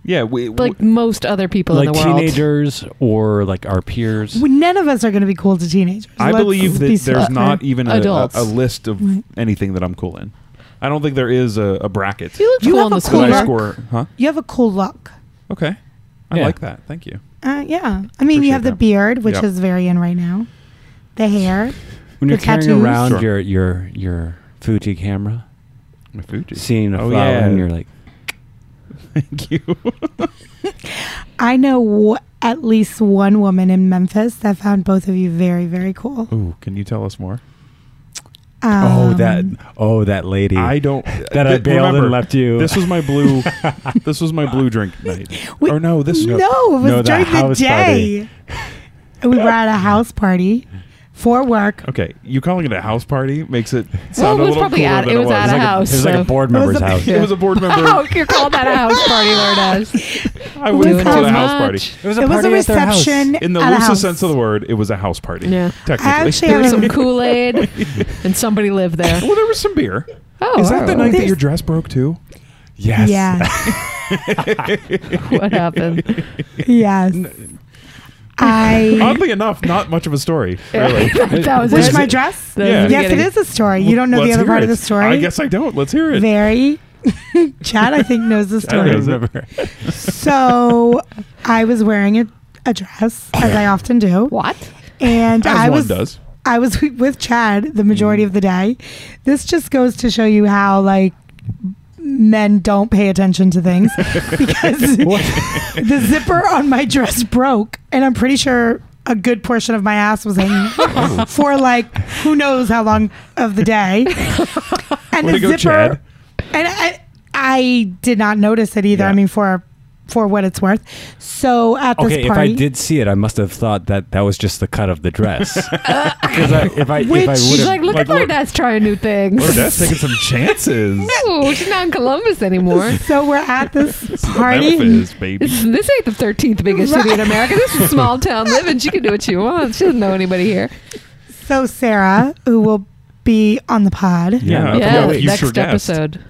Speaker 3: yeah, we,
Speaker 6: but like most other people
Speaker 2: like
Speaker 6: in the world.
Speaker 2: teenagers or like our peers?
Speaker 4: Well, none of us are going to be cool to teenagers.
Speaker 3: I
Speaker 4: Let's
Speaker 3: believe
Speaker 4: be
Speaker 3: that there's
Speaker 4: fair.
Speaker 3: not even a, a,
Speaker 6: Adults.
Speaker 3: a list of
Speaker 4: Right.
Speaker 3: anything that I'm cool in. I don't think there is a, a bracket
Speaker 6: You look
Speaker 4: You
Speaker 6: cool
Speaker 4: have
Speaker 6: in
Speaker 4: a
Speaker 6: the
Speaker 4: cool
Speaker 6: school.
Speaker 3: that I
Speaker 4: look.
Speaker 3: score. Huh?
Speaker 4: You have a cool look.
Speaker 3: Okay. I
Speaker 2: Yeah.
Speaker 3: like that. Thank you.
Speaker 4: Uh, yeah, I mean,
Speaker 3: Appreciate
Speaker 4: you have the
Speaker 3: that.
Speaker 4: beard, which
Speaker 3: Yep.
Speaker 4: is very in right now. The hair.
Speaker 2: when you're
Speaker 4: the
Speaker 2: carrying
Speaker 4: tattoos.
Speaker 2: around
Speaker 3: Sure.
Speaker 2: your your your Fuji camera,
Speaker 3: My Fuji.
Speaker 2: seeing a
Speaker 3: Oh,
Speaker 2: flower,
Speaker 3: yeah.
Speaker 2: and you're like,
Speaker 3: Thank you.
Speaker 4: I know w- at least one woman in Memphis that found both of you very, very cool.
Speaker 3: Ooh, can you tell us more?
Speaker 2: oh
Speaker 4: Um,
Speaker 2: that, oh that lady.
Speaker 3: I don't.
Speaker 2: that I
Speaker 3: th-
Speaker 2: bailed
Speaker 3: remember,
Speaker 2: and left you.
Speaker 3: This was my blue. this was my blue drink night.
Speaker 4: Wait,
Speaker 3: or no, this
Speaker 4: no,
Speaker 3: no.
Speaker 4: it was
Speaker 2: no, the
Speaker 4: during the,
Speaker 2: house
Speaker 4: day. we were at a house party for work.
Speaker 3: Okay, you calling it a house party makes it
Speaker 6: Well, it was
Speaker 3: sound a little
Speaker 6: probably
Speaker 3: cooler
Speaker 6: at,
Speaker 3: than
Speaker 6: it was
Speaker 3: was.
Speaker 6: at a house.
Speaker 2: it was like
Speaker 6: so-
Speaker 2: a board member's house.
Speaker 3: It was a board member.
Speaker 6: Oh, you're calling that a house party, Lourdes.
Speaker 3: I went
Speaker 4: Doing
Speaker 3: to
Speaker 4: too
Speaker 3: a house
Speaker 6: much.
Speaker 3: party.
Speaker 2: It was
Speaker 4: It was a reception
Speaker 3: In the
Speaker 4: at a house.
Speaker 3: loosest sense of the word, it was a house party.
Speaker 6: Yeah.
Speaker 3: Technically.
Speaker 4: I actually
Speaker 6: There was
Speaker 4: have
Speaker 6: some
Speaker 4: a,
Speaker 6: Kool Aid, and somebody lived there.
Speaker 3: well, there was some beer.
Speaker 6: Oh,
Speaker 3: Is that the night that
Speaker 4: There's-
Speaker 3: your dress broke too?
Speaker 2: Yes.
Speaker 4: yeah,
Speaker 6: what happened?
Speaker 4: yes. I
Speaker 3: Oddly enough, not much of a story. Really.
Speaker 6: that was
Speaker 4: wish
Speaker 6: it.
Speaker 4: my dress.
Speaker 6: That was
Speaker 3: Yeah.
Speaker 6: the
Speaker 4: Yes, it
Speaker 6: beginning.
Speaker 4: is a story. You don't know the
Speaker 3: Let's
Speaker 4: other
Speaker 3: hear
Speaker 4: part
Speaker 3: it.
Speaker 4: of the story.
Speaker 3: I guess I don't. Let's hear it.
Speaker 4: very. Chad, I think knows the
Speaker 3: I don't
Speaker 2: I
Speaker 4: story.
Speaker 3: know.
Speaker 2: remember.
Speaker 4: So I was wearing a, a dress, as I often do,
Speaker 6: What?
Speaker 4: and
Speaker 3: Oh, As
Speaker 4: I
Speaker 3: one
Speaker 4: was
Speaker 3: does.
Speaker 4: I was with Chad the majority
Speaker 3: Mm.
Speaker 4: of the day. This just goes to show you how like men don't pay attention to things because the zipper on my dress broke and I'm pretty sure a good portion of my ass was
Speaker 3: Oh.
Speaker 4: hanging for like who knows how long of the day. And
Speaker 3: Way to
Speaker 4: the
Speaker 3: go, Chad.
Speaker 4: zipper and I I did not notice it either.
Speaker 3: Yeah.
Speaker 4: I mean for for what it's worth. So at this
Speaker 2: Okay, if
Speaker 4: party
Speaker 2: I did see it, I must have thought that that was just the cut of the dress.
Speaker 6: Uh,
Speaker 2: Because if I,
Speaker 4: Which-
Speaker 2: if I would
Speaker 6: She's
Speaker 2: have,
Speaker 6: like, look at
Speaker 2: look-
Speaker 6: Lourdes trying new things.
Speaker 3: Lord, that's taking some chances.
Speaker 6: Ooh, she's not in Columbus anymore.
Speaker 4: so we're at this party.
Speaker 3: Memphis, baby.
Speaker 6: This, this ain't the 13th biggest city in America. This is small town living. She can do what she wants. She doesn't know anybody here.
Speaker 4: So Sarah, who will be on the pod,
Speaker 3: Yeah.
Speaker 2: Yeah.
Speaker 3: Yeah, you
Speaker 6: next
Speaker 3: sure guessed.
Speaker 6: episode.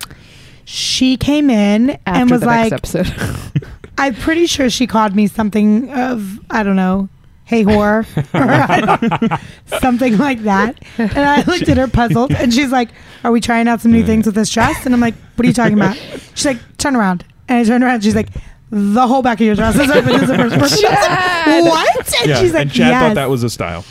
Speaker 4: she came in
Speaker 6: After
Speaker 4: and was
Speaker 6: the
Speaker 4: like,
Speaker 6: next episode.
Speaker 4: I'm pretty sure she called me something of, I don't know, hey whore, or I don't- something like that. And I looked at her puzzled and she's like, Are we trying out some new things with this dress? And I'm like, What are you talking about? She's like, Turn around. And I turned around. She's like, The whole back of your dress is open. This is the first person.
Speaker 6: Chad!
Speaker 4: What? And
Speaker 3: Yeah,
Speaker 4: she's like,
Speaker 3: and Chad
Speaker 4: yes.
Speaker 3: thought that was a style.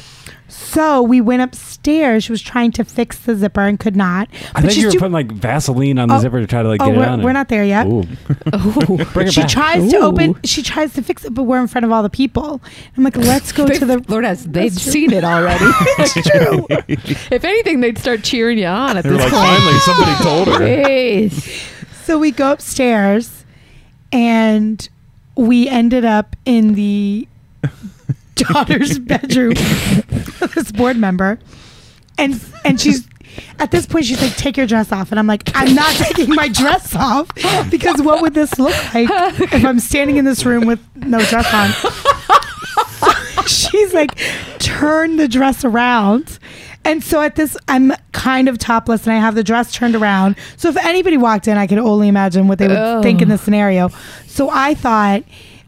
Speaker 4: So we went upstairs. She was trying to fix the zipper and could not.
Speaker 2: I think
Speaker 4: she's
Speaker 2: you were
Speaker 4: too-
Speaker 2: putting like Vaseline on the
Speaker 4: Oh,
Speaker 2: zipper to try to like
Speaker 4: Oh,
Speaker 2: get it
Speaker 4: we're,
Speaker 2: on.
Speaker 4: we're not there yet.
Speaker 2: Ooh. Bring it
Speaker 4: she
Speaker 2: back.
Speaker 4: tries to
Speaker 6: Ooh.
Speaker 4: open she tries to fix it but we're in front of all the people i'm like let's go
Speaker 6: They-
Speaker 4: to the
Speaker 6: Lourdes, they'd
Speaker 4: restroom.
Speaker 6: seen it already.
Speaker 4: it's true
Speaker 6: if anything, they'd start cheering you on at
Speaker 3: They were
Speaker 6: this
Speaker 3: like,
Speaker 6: point.
Speaker 3: finally, somebody told her.
Speaker 6: Jeez.
Speaker 4: so we go upstairs and we ended up in the daughter's bedroom of this board member and and she's at this point she's like take your dress off and i'm like i'm not taking my dress off because what would this look like if i'm standing in this room with no dress on she's like turn the dress around and so at this i'm kind of topless and i have the dress turned around so if anybody walked in i could only imagine what they would
Speaker 6: Oh.
Speaker 4: think in this scenario so i thought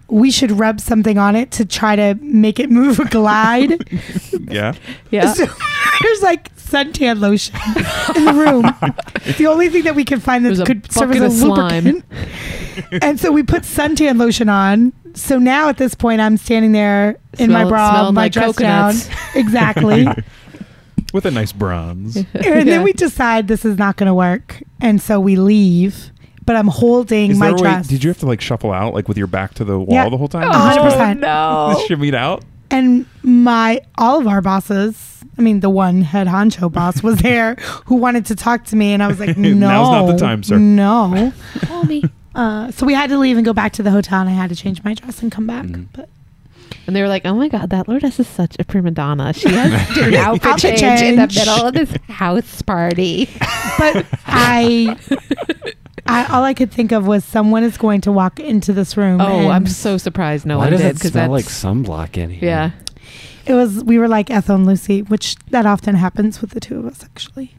Speaker 4: we should rub something on it to try to make it move glide
Speaker 3: Yeah.
Speaker 6: Yeah.
Speaker 4: so there's like suntan lotion in the room. It's the only thing that we could find
Speaker 6: There's
Speaker 4: that
Speaker 6: a
Speaker 4: could serve
Speaker 6: bucket
Speaker 4: as a
Speaker 6: of slime.
Speaker 4: lubricant. and so we put suntan lotion on. So now at this point, I'm standing there in my
Speaker 6: Smell-
Speaker 4: bra,
Speaker 6: smelling
Speaker 4: my
Speaker 6: like
Speaker 4: dress
Speaker 6: coconuts.
Speaker 4: down. Exactly.
Speaker 3: With a nice bronze.
Speaker 4: and
Speaker 6: Yeah.
Speaker 4: then we decide this is not going to work. And so we leave. But I'm holding
Speaker 3: Is
Speaker 4: my
Speaker 3: there a way-
Speaker 4: dress.
Speaker 3: did you have to like shuffle out, like with your back to the wall
Speaker 4: Yeah.
Speaker 3: the whole time?
Speaker 4: Oh. 100%.
Speaker 6: no.
Speaker 3: Shimmied out.
Speaker 4: and my all of our bosses i mean the one head honcho boss was there who wanted to talk to me and i was like no
Speaker 3: Now's not the time, sir."
Speaker 4: no
Speaker 6: Call me.
Speaker 4: uh, so we had to leave and go back to the hotel and i had to change my dress and come back
Speaker 3: Mm-hmm.
Speaker 2: Mhm.
Speaker 4: but
Speaker 6: And they were like, "Oh my God, that Lourdes is such a prima donna. She has to do an outfit
Speaker 4: Outfit
Speaker 6: change, in the
Speaker 4: change.
Speaker 6: middle of this house party."
Speaker 4: but i I, all I could think of was someone is going to walk into this room.
Speaker 6: Oh,
Speaker 4: and
Speaker 6: I'm so surprised no
Speaker 2: Why
Speaker 6: one
Speaker 2: does
Speaker 6: did
Speaker 2: it smell like
Speaker 6: that's
Speaker 2: sunblock in here?
Speaker 6: yeah.
Speaker 4: It was we were like Ethel and Lucy, which that often happens with the two of us, actually.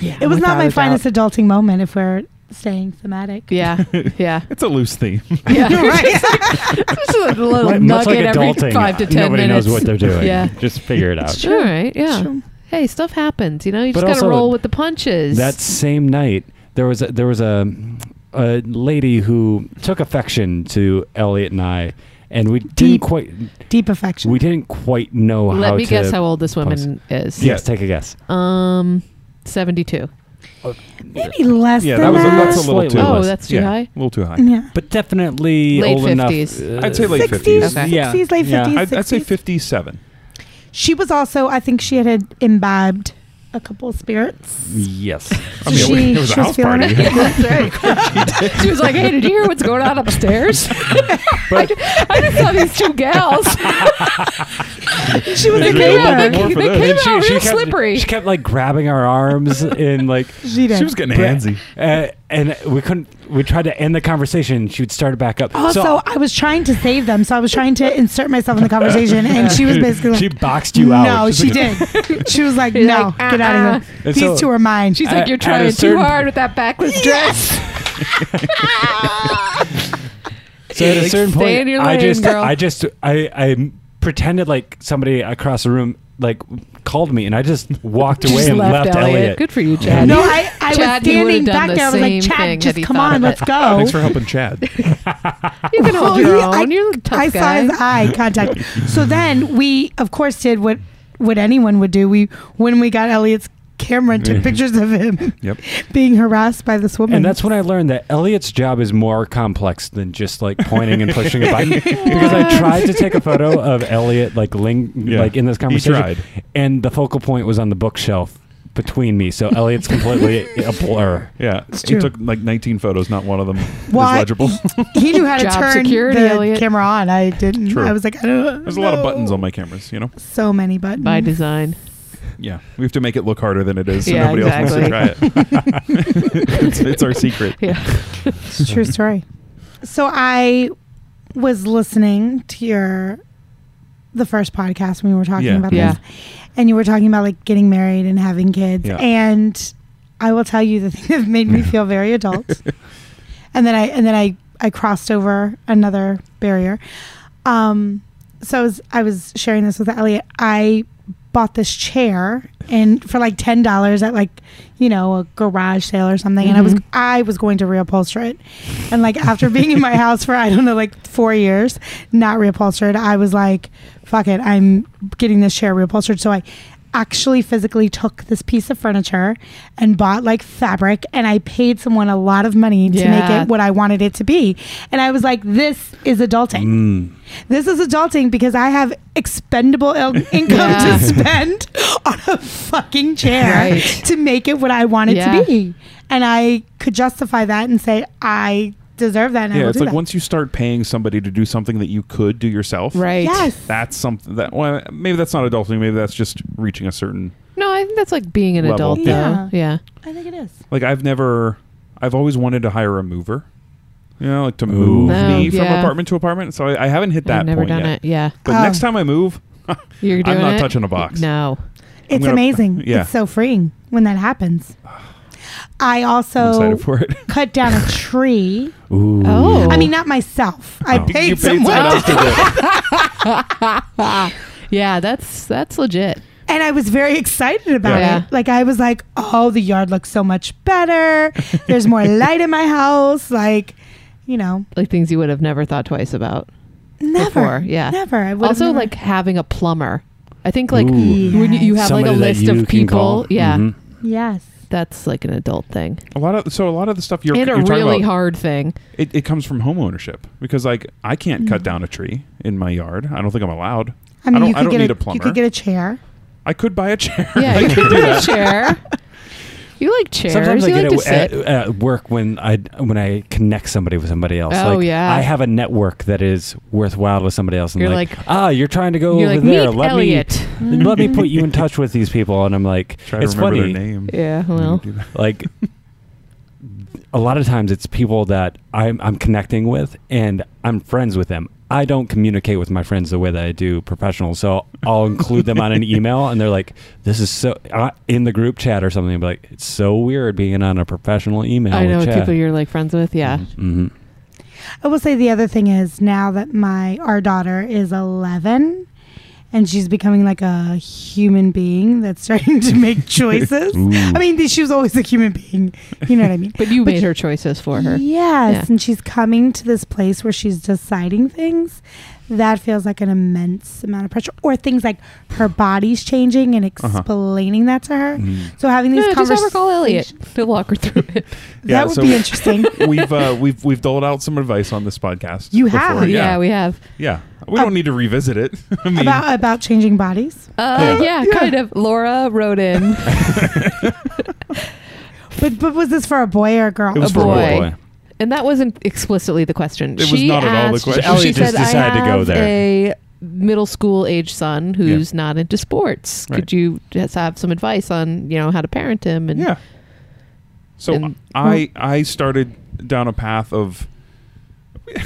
Speaker 6: yeah.
Speaker 4: it was
Speaker 6: Oh without
Speaker 4: not my
Speaker 6: a doubt.
Speaker 4: finest adulting moment, if we're staying thematic.
Speaker 6: Yeah, yeah,
Speaker 3: It's a loose theme.
Speaker 6: yeah.
Speaker 4: Right.
Speaker 6: Just a little
Speaker 2: Like,
Speaker 6: nugget
Speaker 2: much like
Speaker 6: every
Speaker 2: adulting,
Speaker 6: five to ten
Speaker 2: nobody
Speaker 6: minutes.
Speaker 2: knows what they're doing.
Speaker 6: Yeah.
Speaker 2: Just figure it out.
Speaker 4: It's true.
Speaker 6: All right, yeah.
Speaker 4: Sure.
Speaker 6: Hey, stuff happens. You know, you
Speaker 2: But
Speaker 6: just got to
Speaker 2: also-
Speaker 6: roll with the punches.
Speaker 2: That same night, there was a, there was a, a lady who took affection to Elliot and I, and we
Speaker 4: Deep.
Speaker 2: didn't quite
Speaker 4: Deep affection.
Speaker 2: we didn't quite know
Speaker 6: Let
Speaker 2: how
Speaker 6: me
Speaker 2: to.
Speaker 6: guess how old this woman is.
Speaker 2: yes, take a guess.
Speaker 6: Um,
Speaker 1: 72.
Speaker 2: Uh,
Speaker 4: Maybe less
Speaker 3: Yeah, that
Speaker 4: than
Speaker 3: was a,
Speaker 4: that.
Speaker 3: that's a little
Speaker 2: Slightly
Speaker 3: too.
Speaker 2: less.
Speaker 1: Oh,
Speaker 3: low.
Speaker 1: that's too
Speaker 3: Yeah,
Speaker 1: high?
Speaker 3: A little too high.
Speaker 4: yeah.
Speaker 2: but definitely
Speaker 1: Late
Speaker 2: old enough.
Speaker 1: 50s.
Speaker 2: uh,
Speaker 3: I'd say late
Speaker 4: 60s,
Speaker 3: 50s.
Speaker 1: Okay.
Speaker 4: 60s, late
Speaker 2: Yeah.
Speaker 4: 50s.
Speaker 3: I'd, I'd say
Speaker 4: 60s.
Speaker 3: 57.
Speaker 4: She was also, I think she had, had imbibed a couple of spirits.
Speaker 2: Yes.
Speaker 3: I mean, it
Speaker 4: she,
Speaker 3: was- it was a
Speaker 4: she
Speaker 3: house
Speaker 4: feeling
Speaker 3: party.
Speaker 4: it.
Speaker 1: She was like, hey, did you hear what's going on upstairs?
Speaker 2: But
Speaker 1: I just saw these two gals.
Speaker 4: she was
Speaker 2: They
Speaker 4: a
Speaker 2: came out-
Speaker 4: gamer.
Speaker 3: bit more for
Speaker 1: they
Speaker 3: this.
Speaker 1: came
Speaker 2: and
Speaker 1: out real
Speaker 2: kept,
Speaker 1: slippery.
Speaker 2: She kept like grabbing our arms and like
Speaker 4: She did.
Speaker 3: She was getting
Speaker 2: Bra-
Speaker 3: handsy.
Speaker 2: Uh, and we couldn't. We tried to end the conversation. She would start it back up.
Speaker 1: Oh,
Speaker 4: also,
Speaker 2: so,
Speaker 4: I was trying to save them, so I was trying to insert myself in the conversation, and she was basically like,
Speaker 2: she boxed you
Speaker 4: no,
Speaker 2: out.
Speaker 4: she did. She was like, no,
Speaker 1: like, uh-uh.
Speaker 4: get out of here.
Speaker 2: And
Speaker 4: These
Speaker 2: so-
Speaker 4: two are mine. Uh,
Speaker 1: She's
Speaker 2: At-
Speaker 1: like, you're
Speaker 2: at a
Speaker 1: trying too
Speaker 2: certain-
Speaker 1: hard with that backless dress.
Speaker 2: So at a certain
Speaker 1: stay
Speaker 2: point,
Speaker 1: in your
Speaker 2: I
Speaker 1: lane,
Speaker 2: just,
Speaker 1: girl.
Speaker 2: I just, I, I pretended like somebody across the room like called me, and I just walked away
Speaker 1: Just
Speaker 2: and left, Elliot.
Speaker 1: Good for you, Chad.
Speaker 4: no, I, I was
Speaker 1: Chad, you would've
Speaker 4: standing
Speaker 1: done
Speaker 4: back
Speaker 1: the
Speaker 4: there. I was like,
Speaker 1: same thing
Speaker 4: Chad,
Speaker 1: had
Speaker 4: just
Speaker 1: you
Speaker 4: come
Speaker 1: thought Oh,
Speaker 4: on,
Speaker 1: of
Speaker 4: let's
Speaker 1: it."
Speaker 4: go.
Speaker 3: Thanks for helping Chad.
Speaker 1: You can hold your
Speaker 4: he-
Speaker 1: own.
Speaker 4: I-
Speaker 1: You're the tough
Speaker 4: I saw
Speaker 1: guy.
Speaker 4: his eye contact. so then we, of course, did what what anyone would do. We when we got Elliot's camera and took pictures of him
Speaker 3: Yep.
Speaker 4: being harassed by this woman.
Speaker 2: And that's when I learned that Elliot's job is more complex than just like pointing and pushing a button. because I tried to take a photo of Elliot like ling-
Speaker 3: Yeah.
Speaker 2: like in this
Speaker 3: He
Speaker 2: conversation,
Speaker 3: tried.
Speaker 2: and the focal point was on the bookshelf between me, so Elliot's completely a blur.
Speaker 3: Yeah. He
Speaker 4: true.
Speaker 3: took like 19 photos. Not one of them
Speaker 4: Well, I-
Speaker 3: is legible.
Speaker 4: he knew how to
Speaker 1: Job
Speaker 4: turn
Speaker 1: security,
Speaker 4: the
Speaker 1: Elliot.
Speaker 4: camera on. I didn't.
Speaker 3: True.
Speaker 4: I was like, I don't.
Speaker 3: There's a lot of buttons on my cameras, you know?
Speaker 4: So many buttons.
Speaker 1: By design.
Speaker 3: Yeah. We have to make it look harder than it is so
Speaker 1: Yeah,
Speaker 3: nobody else wants to try it. it's, it's our secret.
Speaker 4: It's a true story. So I was listening to your the first podcast when we were talking
Speaker 3: Yeah.
Speaker 4: about
Speaker 1: Yeah.
Speaker 4: this, and you were talking about like getting married and having kids,
Speaker 3: Yeah.
Speaker 4: and I will tell you the thing that made me feel very adult, and then I and then I I crossed over another barrier. Um, so I was, I was sharing this with Elliot. I bought this chair and for like ten dollars at like you know a garage sale or something, and I was
Speaker 1: Mhm.
Speaker 4: I was going to reupholster it, and like after being in my house for I don't know like four years, not reupholstered, I was like, fuck it, I'm getting this chair reupholstered. So I actually physically took this piece of furniture and bought like fabric and I paid someone a lot of money to make
Speaker 1: Yeah.
Speaker 4: it what I wanted it to be. And I was like, this is
Speaker 2: Mm.
Speaker 4: adulting this is adulting because I have expendable il- income
Speaker 1: Yeah.
Speaker 4: to spend on a fucking chair
Speaker 1: Right.
Speaker 4: to make it what I want it
Speaker 1: Yeah.
Speaker 4: to be. And I could justify that and say, I deserve that. And I
Speaker 3: Yeah.
Speaker 4: will
Speaker 3: It's
Speaker 4: do
Speaker 3: like
Speaker 4: that.
Speaker 3: once you start paying somebody to do something that you could do yourself.
Speaker 1: Right.
Speaker 4: Yes.
Speaker 3: That's something that, well, maybe that's not adulting. Maybe that's just reaching a certain
Speaker 1: No, I think that's like being an
Speaker 3: Level.
Speaker 1: adult,
Speaker 4: Yeah.
Speaker 1: though. Yeah.
Speaker 4: I think it is.
Speaker 3: like I've never I've always wanted to hire a mover. You know, like to move
Speaker 1: No,
Speaker 3: me from
Speaker 1: Oh, yeah.
Speaker 3: apartment to apartment. So I, I haven't hit that
Speaker 1: I've never
Speaker 3: point
Speaker 1: done
Speaker 3: yet.
Speaker 1: it. Yeah.
Speaker 3: But
Speaker 4: Oh.
Speaker 3: next time I move,
Speaker 1: You're doing
Speaker 3: I'm not
Speaker 1: it?
Speaker 3: touching a box.
Speaker 1: No.
Speaker 4: It's
Speaker 3: gonna-
Speaker 4: amazing.
Speaker 3: yeah.
Speaker 4: It's so freeing when that happens. I
Speaker 3: I'm
Speaker 4: also
Speaker 3: excited for it.
Speaker 4: cut down a tree.
Speaker 2: Ooh.
Speaker 1: Oh.
Speaker 4: I mean, not myself. I
Speaker 2: Oh.
Speaker 4: paid,
Speaker 3: you paid
Speaker 4: someone.
Speaker 3: someone else to do it.
Speaker 1: Yeah, that's that's legit.
Speaker 4: And I was very excited about
Speaker 1: Yeah.
Speaker 4: it. Like I was like, "Oh, the yard looks so much better. There's more light in my house." Like, you know,
Speaker 1: Like things you would have never thought twice about.
Speaker 4: never,
Speaker 1: Before, yeah.
Speaker 4: never. I would've
Speaker 1: Also,
Speaker 4: never-
Speaker 1: like having a plumber. I think like
Speaker 2: Ooh.
Speaker 1: when you, you have
Speaker 2: Somebody
Speaker 1: like a
Speaker 2: that
Speaker 1: list
Speaker 2: you
Speaker 1: of
Speaker 2: can
Speaker 1: people.
Speaker 2: call.
Speaker 1: Yeah,
Speaker 3: Mm-hmm.
Speaker 2: Mhm.
Speaker 4: yes,
Speaker 1: that's like an adult thing
Speaker 3: A lot of so a lot of the stuff you're,
Speaker 1: and
Speaker 3: you're
Speaker 1: a
Speaker 3: talking
Speaker 1: really
Speaker 3: about,
Speaker 1: hard thing.
Speaker 3: it, it comes from home ownership because like I can't
Speaker 1: Mm.
Speaker 3: cut down a tree in my yard. I don't think I'm allowed.
Speaker 4: I mean,
Speaker 3: don't-
Speaker 4: you could
Speaker 3: I don't
Speaker 4: get
Speaker 3: need
Speaker 4: a,
Speaker 3: a plumber.
Speaker 4: You could get a chair.
Speaker 3: I could buy a chair.
Speaker 1: Yeah,
Speaker 3: I
Speaker 1: you
Speaker 3: could
Speaker 1: can
Speaker 3: do
Speaker 1: get a
Speaker 3: that.
Speaker 1: chair. You like chairs.
Speaker 2: Sometimes I
Speaker 1: you
Speaker 2: get e-
Speaker 1: like
Speaker 2: it
Speaker 1: to
Speaker 2: w- at,
Speaker 1: sit.
Speaker 2: at work when I when I connect somebody with somebody else.
Speaker 1: Oh,
Speaker 2: like,
Speaker 1: yeah.
Speaker 2: I have a network that is worthwhile with somebody else. And
Speaker 1: You're
Speaker 2: like,
Speaker 1: like-
Speaker 2: ah, you're trying to go
Speaker 1: You're
Speaker 2: over
Speaker 1: like
Speaker 2: there.
Speaker 1: meet
Speaker 2: Let
Speaker 1: Elliot.
Speaker 2: me let me put you in touch with these people. And I'm like,
Speaker 3: Try
Speaker 2: it's
Speaker 3: to remember
Speaker 2: funny.
Speaker 3: their name.
Speaker 1: Yeah, well,
Speaker 3: Do that.
Speaker 2: Like a lot of times it's people that I'm I'm connecting with and I'm friends with them. I don't communicate with my friends the way that I do professionals, so I'll include them on an email, and they're like, "This is so uh, in the group chat or something." But like, it's so weird being on a professional email.
Speaker 1: I
Speaker 2: with
Speaker 1: know
Speaker 2: Chad."
Speaker 1: people you're like friends with. Yeah,
Speaker 2: Mm-hmm.
Speaker 4: I will say the other thing is now that my our daughter is 11 and she's becoming like a human being that's starting to make choices. I mean, she was always a human being. You know what I mean?
Speaker 1: but you
Speaker 4: But
Speaker 1: made
Speaker 4: you- Mm-hmm.
Speaker 1: her choices for her.
Speaker 4: Yes,
Speaker 1: Yeah.
Speaker 4: and she's coming to this place where she's deciding things that feels like an immense amount of pressure. Or things like her body's changing and explaining that to her. So having these
Speaker 1: No, Uh-huh. just
Speaker 4: conversations.
Speaker 1: ever call Elliot. He'll walk her through it.
Speaker 3: Yeah,
Speaker 4: that would
Speaker 3: so-
Speaker 4: be interesting.
Speaker 3: we've uh, we've we've doled out some advice on this podcast.
Speaker 4: You have. Um,
Speaker 3: before,
Speaker 1: yeah, we have.
Speaker 3: yeah. We don't need to revisit it. I mean,
Speaker 4: about about changing bodies.
Speaker 1: Uh,
Speaker 3: Yeah.
Speaker 1: yeah, kind of. Laura wrote in.
Speaker 4: But but was this for a boy or a girl?
Speaker 3: it was
Speaker 1: a
Speaker 3: for
Speaker 1: boy.
Speaker 3: boy.
Speaker 1: And that wasn't explicitly the question.
Speaker 3: It was
Speaker 1: she
Speaker 3: not at all the
Speaker 1: asked-
Speaker 3: question.
Speaker 2: Elliot
Speaker 1: she
Speaker 2: just
Speaker 1: said,
Speaker 2: decided
Speaker 1: I
Speaker 2: to go
Speaker 1: have
Speaker 2: there."
Speaker 1: A middle school age son who's not into sports.
Speaker 3: Right.
Speaker 1: Could you just have some advice on you know how to parent him? And
Speaker 3: Yeah. So
Speaker 1: and-
Speaker 3: I I started down a path of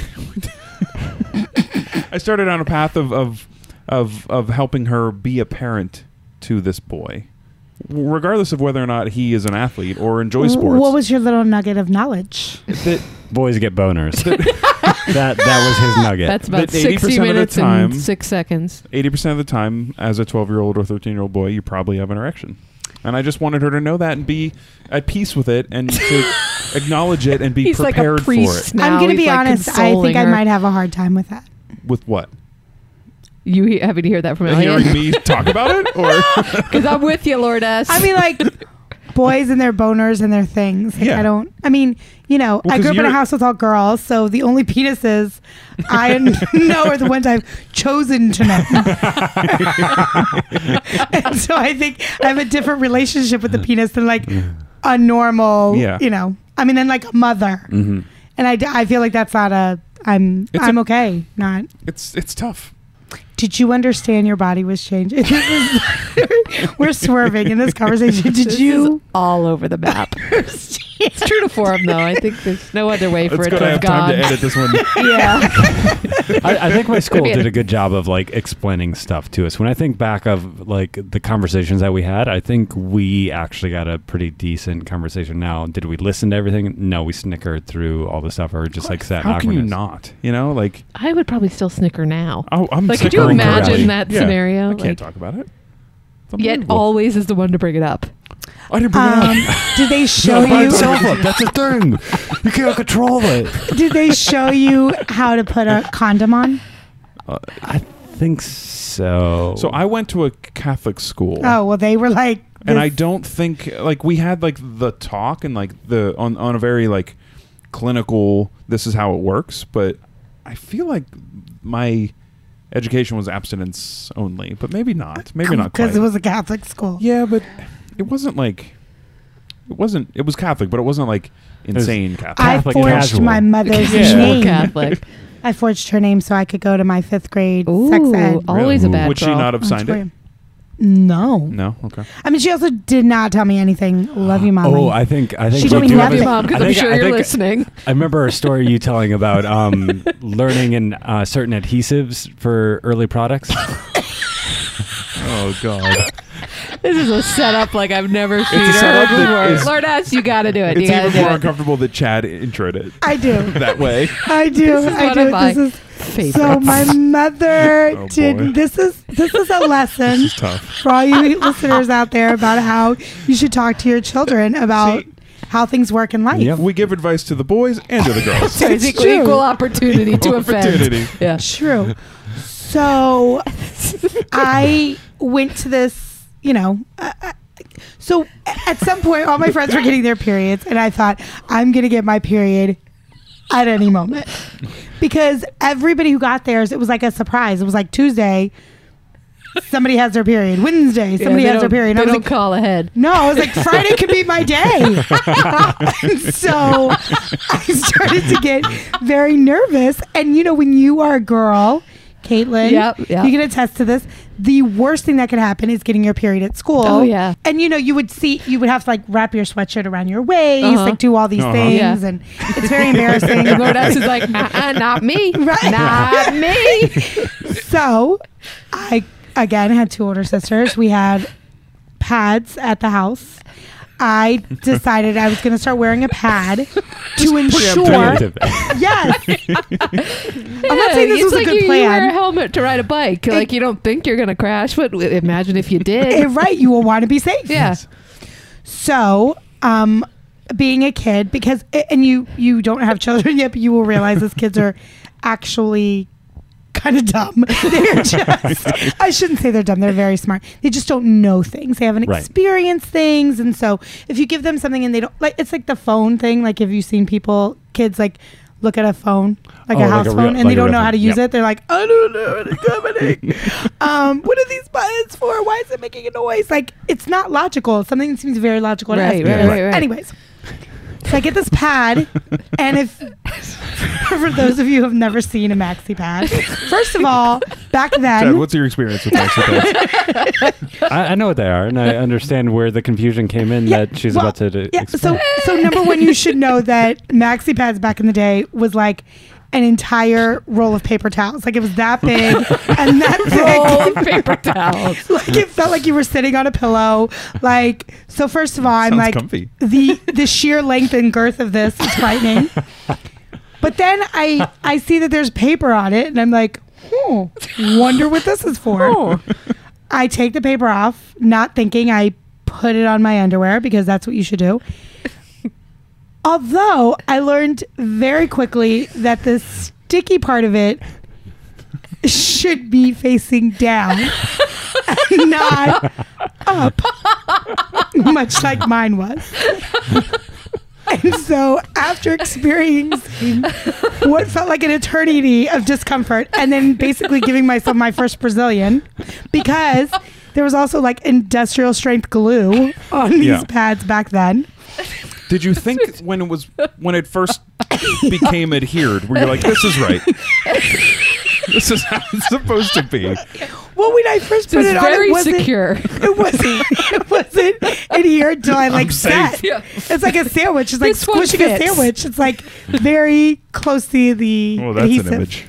Speaker 3: I started down a path of of of of helping her be a parent to this boy, regardless of whether or not he is an athlete or enjoys sports.
Speaker 4: What was your little nugget of knowledge?
Speaker 3: that,
Speaker 2: Boys get boners. that that was his nugget.
Speaker 1: that's about
Speaker 3: That 80%
Speaker 1: sixty
Speaker 3: of the
Speaker 1: minutes
Speaker 3: time-
Speaker 1: and six seconds.
Speaker 3: eighty percent of the time, as a twelve-year-old or thirteen-year-old boy, you probably have an erection. And I just wanted her to know that and be at peace with it and to acknowledge it and be
Speaker 1: He's like a
Speaker 3: prepared for it.
Speaker 1: priest now.
Speaker 4: I'm going to
Speaker 1: He's,
Speaker 4: be
Speaker 1: like,
Speaker 4: honest. I think
Speaker 1: consoling
Speaker 4: I
Speaker 1: her.
Speaker 4: might have a hard time with that.
Speaker 3: With what?
Speaker 1: You he- happy to hear that from
Speaker 3: Hearing
Speaker 1: Elliot?
Speaker 3: me talk about it, or
Speaker 1: Because I'm with you, Lourdes.
Speaker 4: I mean, like boys and their boners and their things. Like,
Speaker 3: Yeah.
Speaker 4: I don't. I mean, you know,
Speaker 3: Well,
Speaker 4: I
Speaker 3: 'cause
Speaker 4: grew up in a
Speaker 3: you're-
Speaker 4: house with all girls, so the only penises I know are the ones I've chosen to know. and so I think I have a different relationship with the penis than like a normal.
Speaker 3: Yeah.
Speaker 4: You know, I mean, and like a mother,
Speaker 2: hmm
Speaker 4: and I, d- I feel like that's not a. I'm
Speaker 3: It's
Speaker 4: I'm
Speaker 3: a-
Speaker 4: okay. Not.
Speaker 3: it's it's tough.
Speaker 4: Did you understand your body was changing? This is- We're swerving in this conversation. Did
Speaker 1: This
Speaker 4: you?
Speaker 1: is all over the map. it's true to form, though. I think there's no other way for
Speaker 3: It's
Speaker 1: it
Speaker 3: good
Speaker 1: to
Speaker 3: I
Speaker 1: have
Speaker 3: have time
Speaker 1: gone.
Speaker 3: to edit this one.
Speaker 1: yeah,
Speaker 2: I, I think my school
Speaker 1: Yeah.
Speaker 2: did a good job of like explaining stuff to us. When I think back of like the conversations that we had, I think we actually got a pretty decent conversation. Now, did we listen to everything? No, we snickered through all the stuff, or just like sat. in
Speaker 3: How can you
Speaker 2: awkwardness.
Speaker 3: not? You know, like
Speaker 1: I would probably still snicker now.
Speaker 3: oh, I'm
Speaker 1: Like, could
Speaker 2: you
Speaker 3: snickering
Speaker 2: imagine
Speaker 3: already.
Speaker 1: that
Speaker 3: Yeah.
Speaker 1: scenario?
Speaker 3: I can't
Speaker 1: Like-
Speaker 3: talk about it. It's
Speaker 1: Yet
Speaker 3: unbelievable.
Speaker 1: always is the one to bring it up.
Speaker 3: I didn't bring
Speaker 4: Um,
Speaker 3: it up.
Speaker 4: did they show
Speaker 2: No, by
Speaker 4: you?
Speaker 2: itself up. That's a thing. You can't control it.
Speaker 4: Did they show you how to put a condom on?
Speaker 2: I think so.
Speaker 3: So I went to a Catholic school.
Speaker 4: Oh well, they were like.
Speaker 3: and I
Speaker 4: this-
Speaker 3: don't think like we had like the talk and like the on on a very like clinical this is how it works, but I feel like my education was abstinence only, but maybe
Speaker 1: Uh,
Speaker 3: not. Maybe not
Speaker 4: because
Speaker 3: quite.
Speaker 4: it was a Catholic school.
Speaker 3: yeah, but it wasn't like it wasn't it was Catholic, but it wasn't like
Speaker 2: was
Speaker 3: insane Catholic.
Speaker 4: I
Speaker 2: Catholic
Speaker 4: forged
Speaker 2: casual.
Speaker 4: my mother's
Speaker 2: Yeah.
Speaker 4: name.
Speaker 1: Catholic.
Speaker 4: I forged her name so I could go to my fifth grade
Speaker 1: Ooh,
Speaker 4: sex ed. Oh,
Speaker 1: always a
Speaker 2: Really?
Speaker 1: bad
Speaker 3: Would she
Speaker 1: girl.
Speaker 3: not have signed it?
Speaker 4: No,
Speaker 3: No. Okay.
Speaker 4: I mean she also did not tell me anything. Love you, mommy.
Speaker 2: Oh, I think I think
Speaker 4: She
Speaker 2: we
Speaker 4: told me
Speaker 2: do
Speaker 4: love
Speaker 2: have
Speaker 4: you,
Speaker 2: a-
Speaker 4: Mom,
Speaker 2: I
Speaker 1: because I'm
Speaker 2: think-
Speaker 1: sure
Speaker 2: I
Speaker 1: you're
Speaker 2: think-
Speaker 1: listening.
Speaker 2: I remember a story you telling about um, learning in uh, certain adhesives for early products.
Speaker 3: Oh God.
Speaker 1: This is a setup like I've never seen
Speaker 3: a
Speaker 1: her
Speaker 3: setup that is-
Speaker 1: before. Lord S, you got to do it.
Speaker 3: it's
Speaker 1: you got
Speaker 3: even
Speaker 1: to do
Speaker 3: more
Speaker 1: it.
Speaker 3: uncomfortable that Chad introed it
Speaker 4: I do.
Speaker 3: that way.
Speaker 4: I do.
Speaker 1: This is
Speaker 4: I
Speaker 1: one
Speaker 4: do.
Speaker 1: of my
Speaker 4: This is
Speaker 1: Favorite.
Speaker 4: so. My mother
Speaker 3: Oh,
Speaker 4: did.
Speaker 3: boy.
Speaker 4: This is this is a lesson.
Speaker 3: This is tough.
Speaker 4: for all you listeners out there about how you should talk to your children about
Speaker 3: See-
Speaker 4: how things work in life.
Speaker 2: Yep.
Speaker 3: We give advice to the boys and to the girls.
Speaker 1: So it's
Speaker 4: It's
Speaker 1: equal,
Speaker 4: true.
Speaker 1: equal opportunity to offend.
Speaker 3: Opportunity.
Speaker 1: Yeah.
Speaker 4: True. So I went to this, you know. Uh, uh, so at some point, all my friends were getting their periods, and I thought, I'm going to get my period at any moment. Because everybody who got theirs, it was like a surprise. It was like Tuesday, somebody has their period. Wednesday,
Speaker 1: Yeah,
Speaker 4: somebody
Speaker 1: they
Speaker 4: has their
Speaker 1: don't-
Speaker 4: period. And I
Speaker 1: They
Speaker 4: was
Speaker 1: don't
Speaker 4: like,
Speaker 1: call ahead.
Speaker 4: No, I was like, Friday could be my day. and so I started to get very nervous. And you know, when you are a girl, Caitlin,
Speaker 1: Yep, yep.
Speaker 4: you can attest to this. The worst thing that could happen is getting your period at school.
Speaker 1: Oh, yeah.
Speaker 4: And you know, you would see, you would have to like wrap your sweatshirt around your waist,
Speaker 1: Uh-huh.
Speaker 4: like do all these
Speaker 3: Uh-huh.
Speaker 4: things.
Speaker 1: Yeah.
Speaker 4: And it's very embarrassing.
Speaker 1: And Lord S is like, uh-uh, not me.
Speaker 4: Right.
Speaker 1: Not me.
Speaker 4: so I again had two older sisters. We had pads at the house. I decided I was going to start wearing a pad to ensure.
Speaker 2: Preemptive.
Speaker 4: Yes, I'm not
Speaker 1: Yeah,
Speaker 4: saying this
Speaker 1: it's
Speaker 4: was
Speaker 1: like
Speaker 4: a good
Speaker 1: you, You wear a
Speaker 4: plan.
Speaker 1: helmet to ride a bike. like you don't think you're gonna crash, but w- imagine if you
Speaker 4: Eh,
Speaker 1: did.
Speaker 4: right, you will want to be safe.
Speaker 1: yeah.
Speaker 4: So, um, being a kid because and you you don't have children yet, but you will realize as kids are actually kind of dumb. They're just, I shouldn't say they're dumb. They're very smart. They just don't know things. They haven't
Speaker 2: Right.
Speaker 4: experienced things. And so if you give them something and they don't, like, it's like the phone thing. Like, have you seen people, kids, like, look at a phone, like
Speaker 2: Oh,
Speaker 4: a
Speaker 2: like
Speaker 4: house
Speaker 2: a real-
Speaker 4: phone, and
Speaker 2: like
Speaker 4: they
Speaker 2: a
Speaker 4: don't
Speaker 2: real
Speaker 4: know how to
Speaker 2: phone.
Speaker 4: use
Speaker 2: Yep.
Speaker 4: it? They're like, I don't know what it's happening. um, what are these buttons for? Why is it making a noise? Like, it's not logical. Something seems very logical. to us.
Speaker 6: Right,
Speaker 2: right,
Speaker 6: right, right, right.
Speaker 4: Anyways, so I get this pad, and if for those of you who have never seen a maxi pad, first of all, back
Speaker 3: Chad,
Speaker 4: then,
Speaker 3: what's your experience with Mexico?
Speaker 2: I, I know what they are, and I understand where the confusion came in
Speaker 4: Yeah,
Speaker 2: that she's
Speaker 4: well,
Speaker 2: about to. do-
Speaker 4: yeah.
Speaker 2: explain.
Speaker 4: So, so number one, you should know that maxi pads back in the day was like an entire roll of paper towels. Like it was that big and that thick.
Speaker 6: Roll of paper towels.
Speaker 4: like it felt like you were sitting on a pillow. Like so, first of all, I'm
Speaker 3: Sounds
Speaker 4: like
Speaker 3: comfy.
Speaker 4: the the sheer length and girth of this is frightening. but then I I see that there's paper on it, and I'm like, hmm, wonder what this is for.
Speaker 3: Oh.
Speaker 4: Oh, I take the paper off, not thinking I put it on my underwear because that's what you should do. Although I learned very quickly that the sticky part of it should be facing down and not up, much like mine was. And so, after experiencing what felt like an eternity of discomfort, and then basically giving myself my first Brazilian, because there was also like industrial strength glue on these
Speaker 3: Yeah.
Speaker 4: pads back then.
Speaker 3: Did you think when it was when it first became adhered, where you're like, this is right. This is how it's supposed to be.
Speaker 4: Well, when I first
Speaker 5: So
Speaker 4: put
Speaker 5: it's
Speaker 4: it on,
Speaker 5: very
Speaker 4: it wasn't,
Speaker 5: secure.
Speaker 4: it wasn't it wasn't adhered till I like set. It's like a sandwich. It's like
Speaker 5: This one
Speaker 4: squishing a
Speaker 5: fits.
Speaker 4: sandwich. It's like very close to the
Speaker 3: Well, that's
Speaker 4: adhesive.
Speaker 3: an image.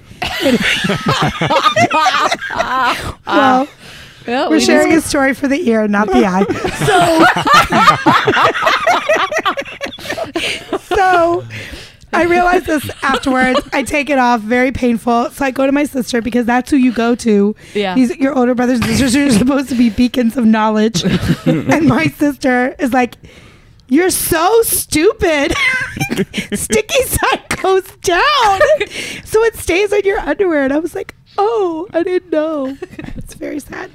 Speaker 5: Ah.
Speaker 4: Well,
Speaker 6: Well,
Speaker 4: we're
Speaker 6: we
Speaker 4: sharing
Speaker 6: just-
Speaker 4: a story for the ear, not the eye. So, so I realized this afterwards. I take it off, very painful. So I go to my sister because that's who you go to.
Speaker 6: Yeah.
Speaker 4: These your older brothers and sisters are supposed to be beacons of knowledge. and my sister is like, You're so stupid. Sticky side goes down. so it stays on your underwear. And I was like, Oh, I didn't know. It's very sad.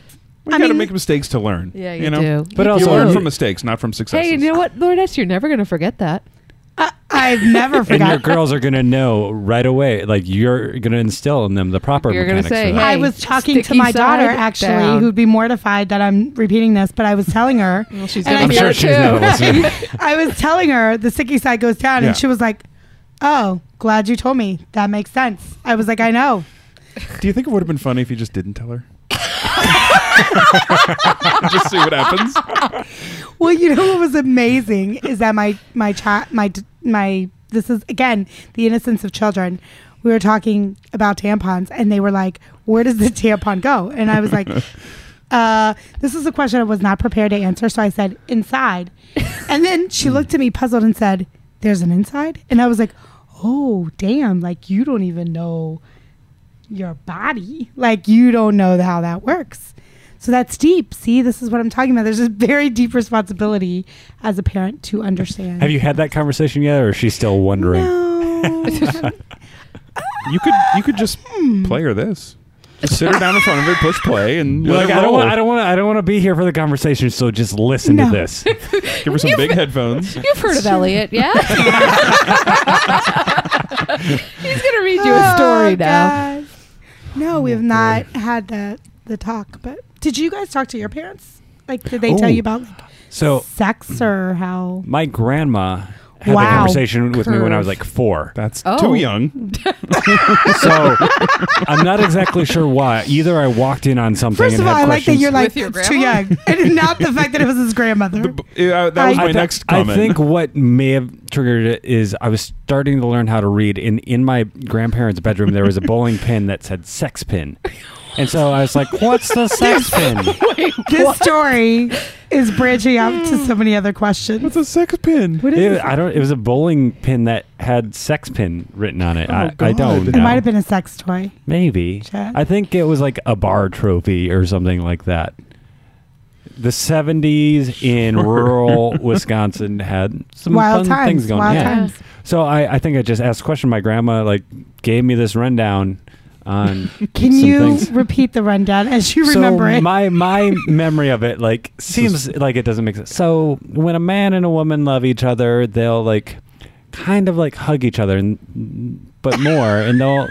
Speaker 3: We
Speaker 4: I
Speaker 3: gotta
Speaker 4: mean-
Speaker 3: make mistakes to learn.
Speaker 6: yeah, you,
Speaker 3: you know.
Speaker 6: do.
Speaker 2: But
Speaker 6: You
Speaker 2: also-
Speaker 3: You
Speaker 6: do.
Speaker 3: learn from mistakes, not from successes.
Speaker 6: Hey, you know what, Lornette? You're never going to forget that.
Speaker 4: I, I've never
Speaker 2: and your
Speaker 4: forgotten.
Speaker 2: girls are gonna know right away. Like you're gonna instill in them the proper.
Speaker 6: You're gonna
Speaker 2: mechanics
Speaker 6: say,
Speaker 2: for that.
Speaker 4: I
Speaker 6: Hey,
Speaker 4: was talking to
Speaker 6: sticky
Speaker 4: my daughter
Speaker 6: side
Speaker 4: actually,
Speaker 6: down.
Speaker 4: who'd be mortified that I'm repeating this, but I was telling her.
Speaker 6: she's
Speaker 4: and
Speaker 6: gonna
Speaker 4: I
Speaker 2: I'm
Speaker 6: be
Speaker 2: sure
Speaker 4: feel-
Speaker 6: there
Speaker 2: she's
Speaker 6: too.
Speaker 2: not listening.
Speaker 4: I was telling her the sticky side goes down,
Speaker 3: Yeah.
Speaker 4: and she was like, "Oh, glad you told me. That makes sense." I was like, "I know."
Speaker 3: Do you think it would have been funny if you just didn't tell her? just see what happens.
Speaker 4: Well, you know what was amazing is that my my chat my my this is again the innocence of children. We were talking about tampons, and they were like, "Where does the tampon go?" And I was like, uh, "This is a question I was not prepared to answer." So I said, "Inside," and then she looked at me puzzled and said, "There's an inside," and I was like, "Oh, damn! Like you don't even know your body. Like you don't know how that works." So that's deep. See, this is what I'm talking about. There's a very deep responsibility as a parent to understand.
Speaker 2: Have you had that conversation yet, or is she still wondering?
Speaker 4: No.
Speaker 3: You could you could just play her this. Just sit her down in front of it, push play, and
Speaker 2: You're
Speaker 3: let
Speaker 2: like,
Speaker 3: it
Speaker 2: I don't
Speaker 3: roll.
Speaker 2: want, I don't want, I don't want to be here for the conversation. So just listen
Speaker 4: No.
Speaker 2: to this.
Speaker 3: Give her some big headphones.
Speaker 6: You've heard of Elliot, yeah? He's going to read you a story
Speaker 4: Oh,
Speaker 6: now. Oh,
Speaker 4: God. No, we have not had the the talk. But did you guys talk to your parents? Like, did they tell
Speaker 2: Oh.
Speaker 4: you about like,
Speaker 2: So
Speaker 4: sex or how?
Speaker 2: my grandma had
Speaker 4: Wow.
Speaker 2: a conversation with me when I was
Speaker 6: Curve.
Speaker 2: like four.
Speaker 3: That's
Speaker 6: Oh.
Speaker 3: too young.
Speaker 2: so I'm not exactly sure why. Either I walked in on something.
Speaker 4: First
Speaker 2: and
Speaker 4: of all,
Speaker 2: had
Speaker 4: I like that
Speaker 2: questions.
Speaker 4: you're like
Speaker 6: With your
Speaker 4: it's too
Speaker 6: grandma?
Speaker 4: young, and not the fact that it was his grandmother.
Speaker 3: Yeah, that was
Speaker 4: I
Speaker 3: my
Speaker 4: thought-
Speaker 3: next
Speaker 2: I
Speaker 3: comment.
Speaker 2: think what may have triggered it is I was starting to learn how to read, and in my grandparents' bedroom there was a bowling pin that said "sex pin," and so I was like, "What's the sex pin?"
Speaker 4: this story is branching out to so many other questions.
Speaker 3: What's a sex pin?
Speaker 4: What is
Speaker 2: It,
Speaker 4: this?
Speaker 2: I don't. It was a bowling pin that had "sex pin" written on it. I, I
Speaker 3: God.
Speaker 2: don't.
Speaker 3: It
Speaker 4: Oh, It
Speaker 2: know.
Speaker 4: might have been a sex toy.
Speaker 2: Maybe.
Speaker 4: Chad?
Speaker 2: I think it was like a bar trophy or something like that. The 70s in rural Wisconsin had some
Speaker 4: Wild
Speaker 2: fun
Speaker 4: times,
Speaker 2: things going
Speaker 4: wild
Speaker 2: Yeah.
Speaker 4: times.
Speaker 2: So I, I think I just asked a question. My grandma like gave me this rundown on.
Speaker 4: Can
Speaker 2: some
Speaker 4: you
Speaker 2: things.
Speaker 4: repeat the rundown as you remember
Speaker 2: so
Speaker 4: it?
Speaker 2: my my memory of it like seems like it doesn't make sense. So when a man and a woman love each other, they'll like kind of like hug each other, and but more, and they'll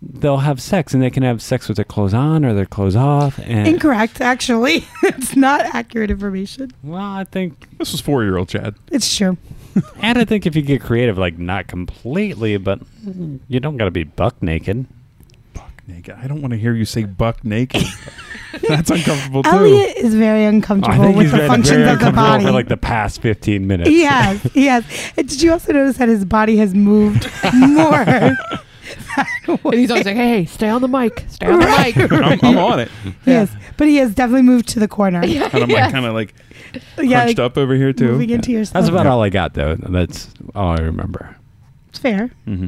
Speaker 2: they'll have sex, and they can have sex with their clothes on or their clothes off. And
Speaker 4: Incorrect, actually. it's not accurate information.
Speaker 2: well, I think
Speaker 3: This was four year old Chad.
Speaker 4: It's true.
Speaker 2: and I think if you get creative, like not completely, but you don't got to be buck naked.
Speaker 3: Buck naked. I don't want to hear you say buck naked. That's uncomfortable too.
Speaker 4: Elliot is very
Speaker 2: I
Speaker 4: uncomfortable
Speaker 2: think
Speaker 4: with
Speaker 2: he's
Speaker 4: the
Speaker 2: been
Speaker 4: functions
Speaker 2: very
Speaker 4: of the
Speaker 2: uncomfortable
Speaker 4: body.
Speaker 2: for like the past fifteen minutes.
Speaker 4: yes, yes. And did you also notice that his body has moved more? than what-
Speaker 1: And he's always like, hey, stay on the mic. Stay on
Speaker 4: Right.
Speaker 1: the mic.
Speaker 3: I'm, I'm on it.
Speaker 4: yes, but he has definitely moved to the corner. Yeah,
Speaker 3: And I'm like kind of like
Speaker 4: like
Speaker 3: crunched up over here too.
Speaker 4: moving into your
Speaker 2: That's
Speaker 4: stomach.
Speaker 2: about all I got though. That's all I remember.
Speaker 4: It's fair.
Speaker 3: Mm-hmm.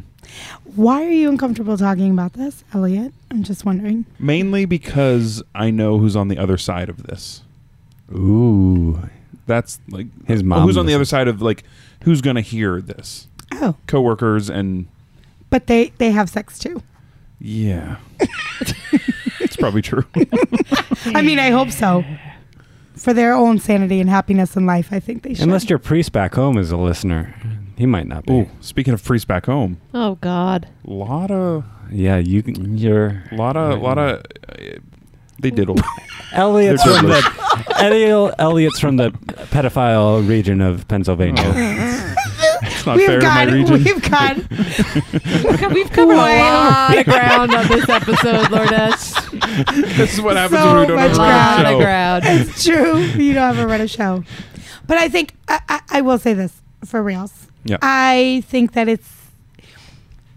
Speaker 4: Why are you uncomfortable talking about this, Elliot? I'm just wondering.
Speaker 3: Mainly because I know who's on the other side of this.
Speaker 2: Ooh.
Speaker 3: That's like
Speaker 2: His mom
Speaker 3: Who's on the
Speaker 2: listens.
Speaker 3: other side of like who's going to hear this?
Speaker 4: Oh,
Speaker 3: Coworkers and
Speaker 4: but they they have sex too.
Speaker 3: yeah. it's probably true.
Speaker 4: I mean, I hope so. For their own sanity and happiness in life, I think they should.
Speaker 2: Unless your priest back home is a listener, he might not be.
Speaker 3: Oh, speaking of priests back home,
Speaker 1: Oh, God.
Speaker 3: lot of
Speaker 2: Yeah, you can. You're
Speaker 3: lot of lot of uh, they diddle.
Speaker 2: Elliot's
Speaker 3: They're
Speaker 2: from
Speaker 3: good.
Speaker 2: the Elliot, Elliot's from the pedophile region of
Speaker 3: Oh.
Speaker 2: Pennsylvania.
Speaker 3: It's not
Speaker 4: we've
Speaker 3: fair to my
Speaker 4: got
Speaker 3: region.
Speaker 4: we've got
Speaker 1: We've covered a
Speaker 4: Way
Speaker 1: lot of ground on this episode, Lourdes.
Speaker 3: this is what happens
Speaker 4: so
Speaker 3: when we don't
Speaker 1: A
Speaker 3: have a
Speaker 4: much
Speaker 1: lot
Speaker 3: radio
Speaker 1: of
Speaker 3: show.
Speaker 1: ground.
Speaker 4: It's true. You don't ever run a show. But I think I, I, I will say this for reals.
Speaker 3: Yeah.
Speaker 4: I think that it's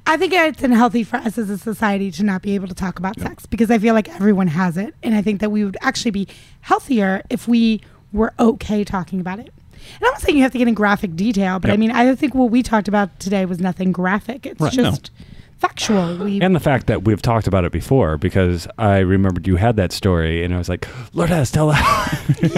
Speaker 4: I think it's unhealthy for us as a society to not be able to talk about
Speaker 3: Yeah.
Speaker 4: sex because I feel like everyone has it. And I think that we would actually be healthier if we were okay talking about it. And I'm not saying you have to get in graphic detail, but
Speaker 3: Yeah.
Speaker 4: I mean, I think what we talked about today was nothing graphic. It's
Speaker 3: Right. No.
Speaker 4: just factual. We,
Speaker 2: And the fact that we've talked about it before, because I remembered you had that story, and I was like, Lourdes, tell us.
Speaker 1: I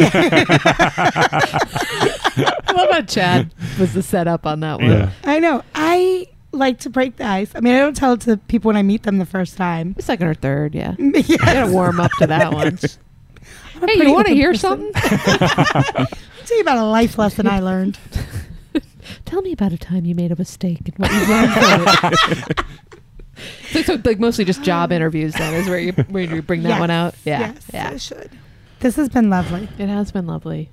Speaker 1: love how Chad was the setup on that one.
Speaker 3: Yeah.
Speaker 4: I know. I like to break the ice. I mean, I don't tell it to people when I meet them the first time.
Speaker 1: Second or third, yeah.
Speaker 4: Yes.
Speaker 1: I gotta warm up to that one.
Speaker 4: I'm a
Speaker 1: Hey,
Speaker 4: pretty
Speaker 1: you want to
Speaker 4: open
Speaker 1: hear something?
Speaker 4: person. I'll tell you about a life lesson I learned.
Speaker 1: Tell me about a time you made a mistake and what you learned from it. so, so, like mostly just job interviews then is where you where you bring that
Speaker 4: Yes.
Speaker 1: one out. Yeah.
Speaker 4: Yes, I
Speaker 1: Yeah.
Speaker 4: should. This has been lovely.
Speaker 1: It has been lovely.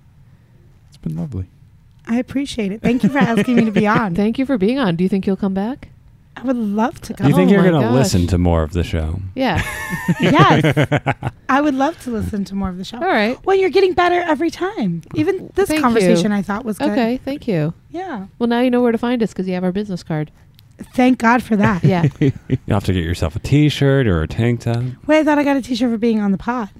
Speaker 3: It's been lovely.
Speaker 4: I appreciate it. Thank you for asking me to be on.
Speaker 1: Thank you for being on. Do you think you'll come back?
Speaker 4: I would love to
Speaker 2: Do
Speaker 4: go.
Speaker 2: you think
Speaker 1: Oh
Speaker 2: you're
Speaker 1: my
Speaker 2: going to
Speaker 1: gosh.
Speaker 2: listen to more of the show?
Speaker 1: Yeah.
Speaker 4: yes. I would love to listen to more of the show.
Speaker 1: All right.
Speaker 4: Well, you're getting better every time. Even this
Speaker 1: Thank
Speaker 4: conversation
Speaker 1: you.
Speaker 4: I thought was good.
Speaker 1: Okay. Thank you.
Speaker 4: Yeah.
Speaker 1: Well, now you know where to find us because you have our business card.
Speaker 4: Thank God for that.
Speaker 1: Yeah.
Speaker 2: You'll have to get yourself a T-shirt or a tank top.
Speaker 4: Wait, I thought I got a t-shirt for being on the pod.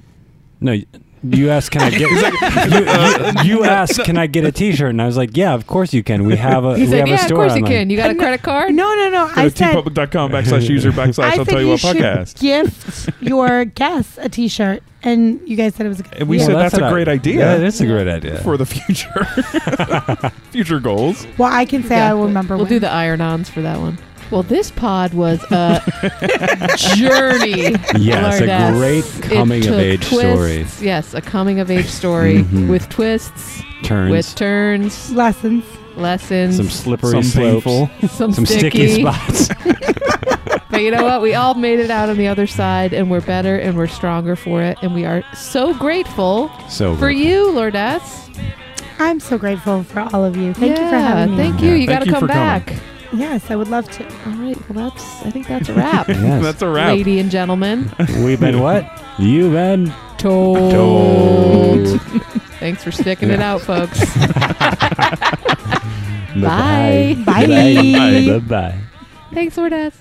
Speaker 2: No, y- you asked, can I get? you, you, you asked, can I get a T-shirt? And I was like, yeah, of course you can. We have a.
Speaker 1: He
Speaker 2: we
Speaker 1: said,
Speaker 2: have
Speaker 1: "Yeah,
Speaker 2: a
Speaker 1: of
Speaker 2: store
Speaker 1: course you
Speaker 2: online."
Speaker 1: can. You got a credit card?
Speaker 4: No, no, no. I
Speaker 3: Go to
Speaker 4: said
Speaker 3: tpublic.com backslash user backslash
Speaker 4: I
Speaker 3: I'll
Speaker 4: think
Speaker 3: tell you
Speaker 4: you
Speaker 3: what
Speaker 4: should
Speaker 3: podcast.
Speaker 4: gift your guests a t-shirt, and you guys said it was a good.
Speaker 3: And we
Speaker 2: Yeah,
Speaker 3: said that's,
Speaker 2: what
Speaker 3: a
Speaker 2: I-
Speaker 3: great idea
Speaker 2: Yeah, it is a great idea.
Speaker 3: for the future. future goals.
Speaker 4: Well, I can say
Speaker 1: Yeah.
Speaker 4: I will remember.
Speaker 1: We'll
Speaker 4: when.
Speaker 1: do the iron-ons for that one. Well, this pod was a journey.
Speaker 2: Yes, a
Speaker 1: Lourdes. It
Speaker 2: great
Speaker 1: took
Speaker 2: coming-of-age story.
Speaker 1: twists. Yes, a coming-of-age story
Speaker 2: Mhm.
Speaker 1: with twists,
Speaker 2: Turns.
Speaker 1: with turns,
Speaker 4: lessons.
Speaker 1: lessons,
Speaker 2: some slippery
Speaker 3: Some
Speaker 2: slopes.
Speaker 3: painful.
Speaker 1: some
Speaker 2: Some sticky, spots.
Speaker 1: But you know what? We all made it out on the other side, and we're better and we're stronger for it. And we are so grateful
Speaker 2: so
Speaker 1: for
Speaker 2: good.
Speaker 1: you, Lourdes.
Speaker 4: I'm so grateful for all of you. Thank you for
Speaker 1: Yeah,
Speaker 4: having me.
Speaker 1: Thank you.
Speaker 2: Yeah.
Speaker 1: You
Speaker 3: Thank
Speaker 1: got to
Speaker 3: you
Speaker 1: come
Speaker 3: for
Speaker 1: back.
Speaker 3: coming.
Speaker 4: Yes, I would love to.
Speaker 1: All right. Well, that's. I think that's a wrap,
Speaker 2: Yes.
Speaker 3: That's a wrap.
Speaker 1: lady and gentlemen.
Speaker 2: We've been what? You've been
Speaker 1: Told.
Speaker 2: told.
Speaker 1: Thanks for sticking it out, folks.
Speaker 2: Bye-bye.
Speaker 4: Bye.
Speaker 2: Bye. Bye. Bye.
Speaker 1: Thanks, Lourdes.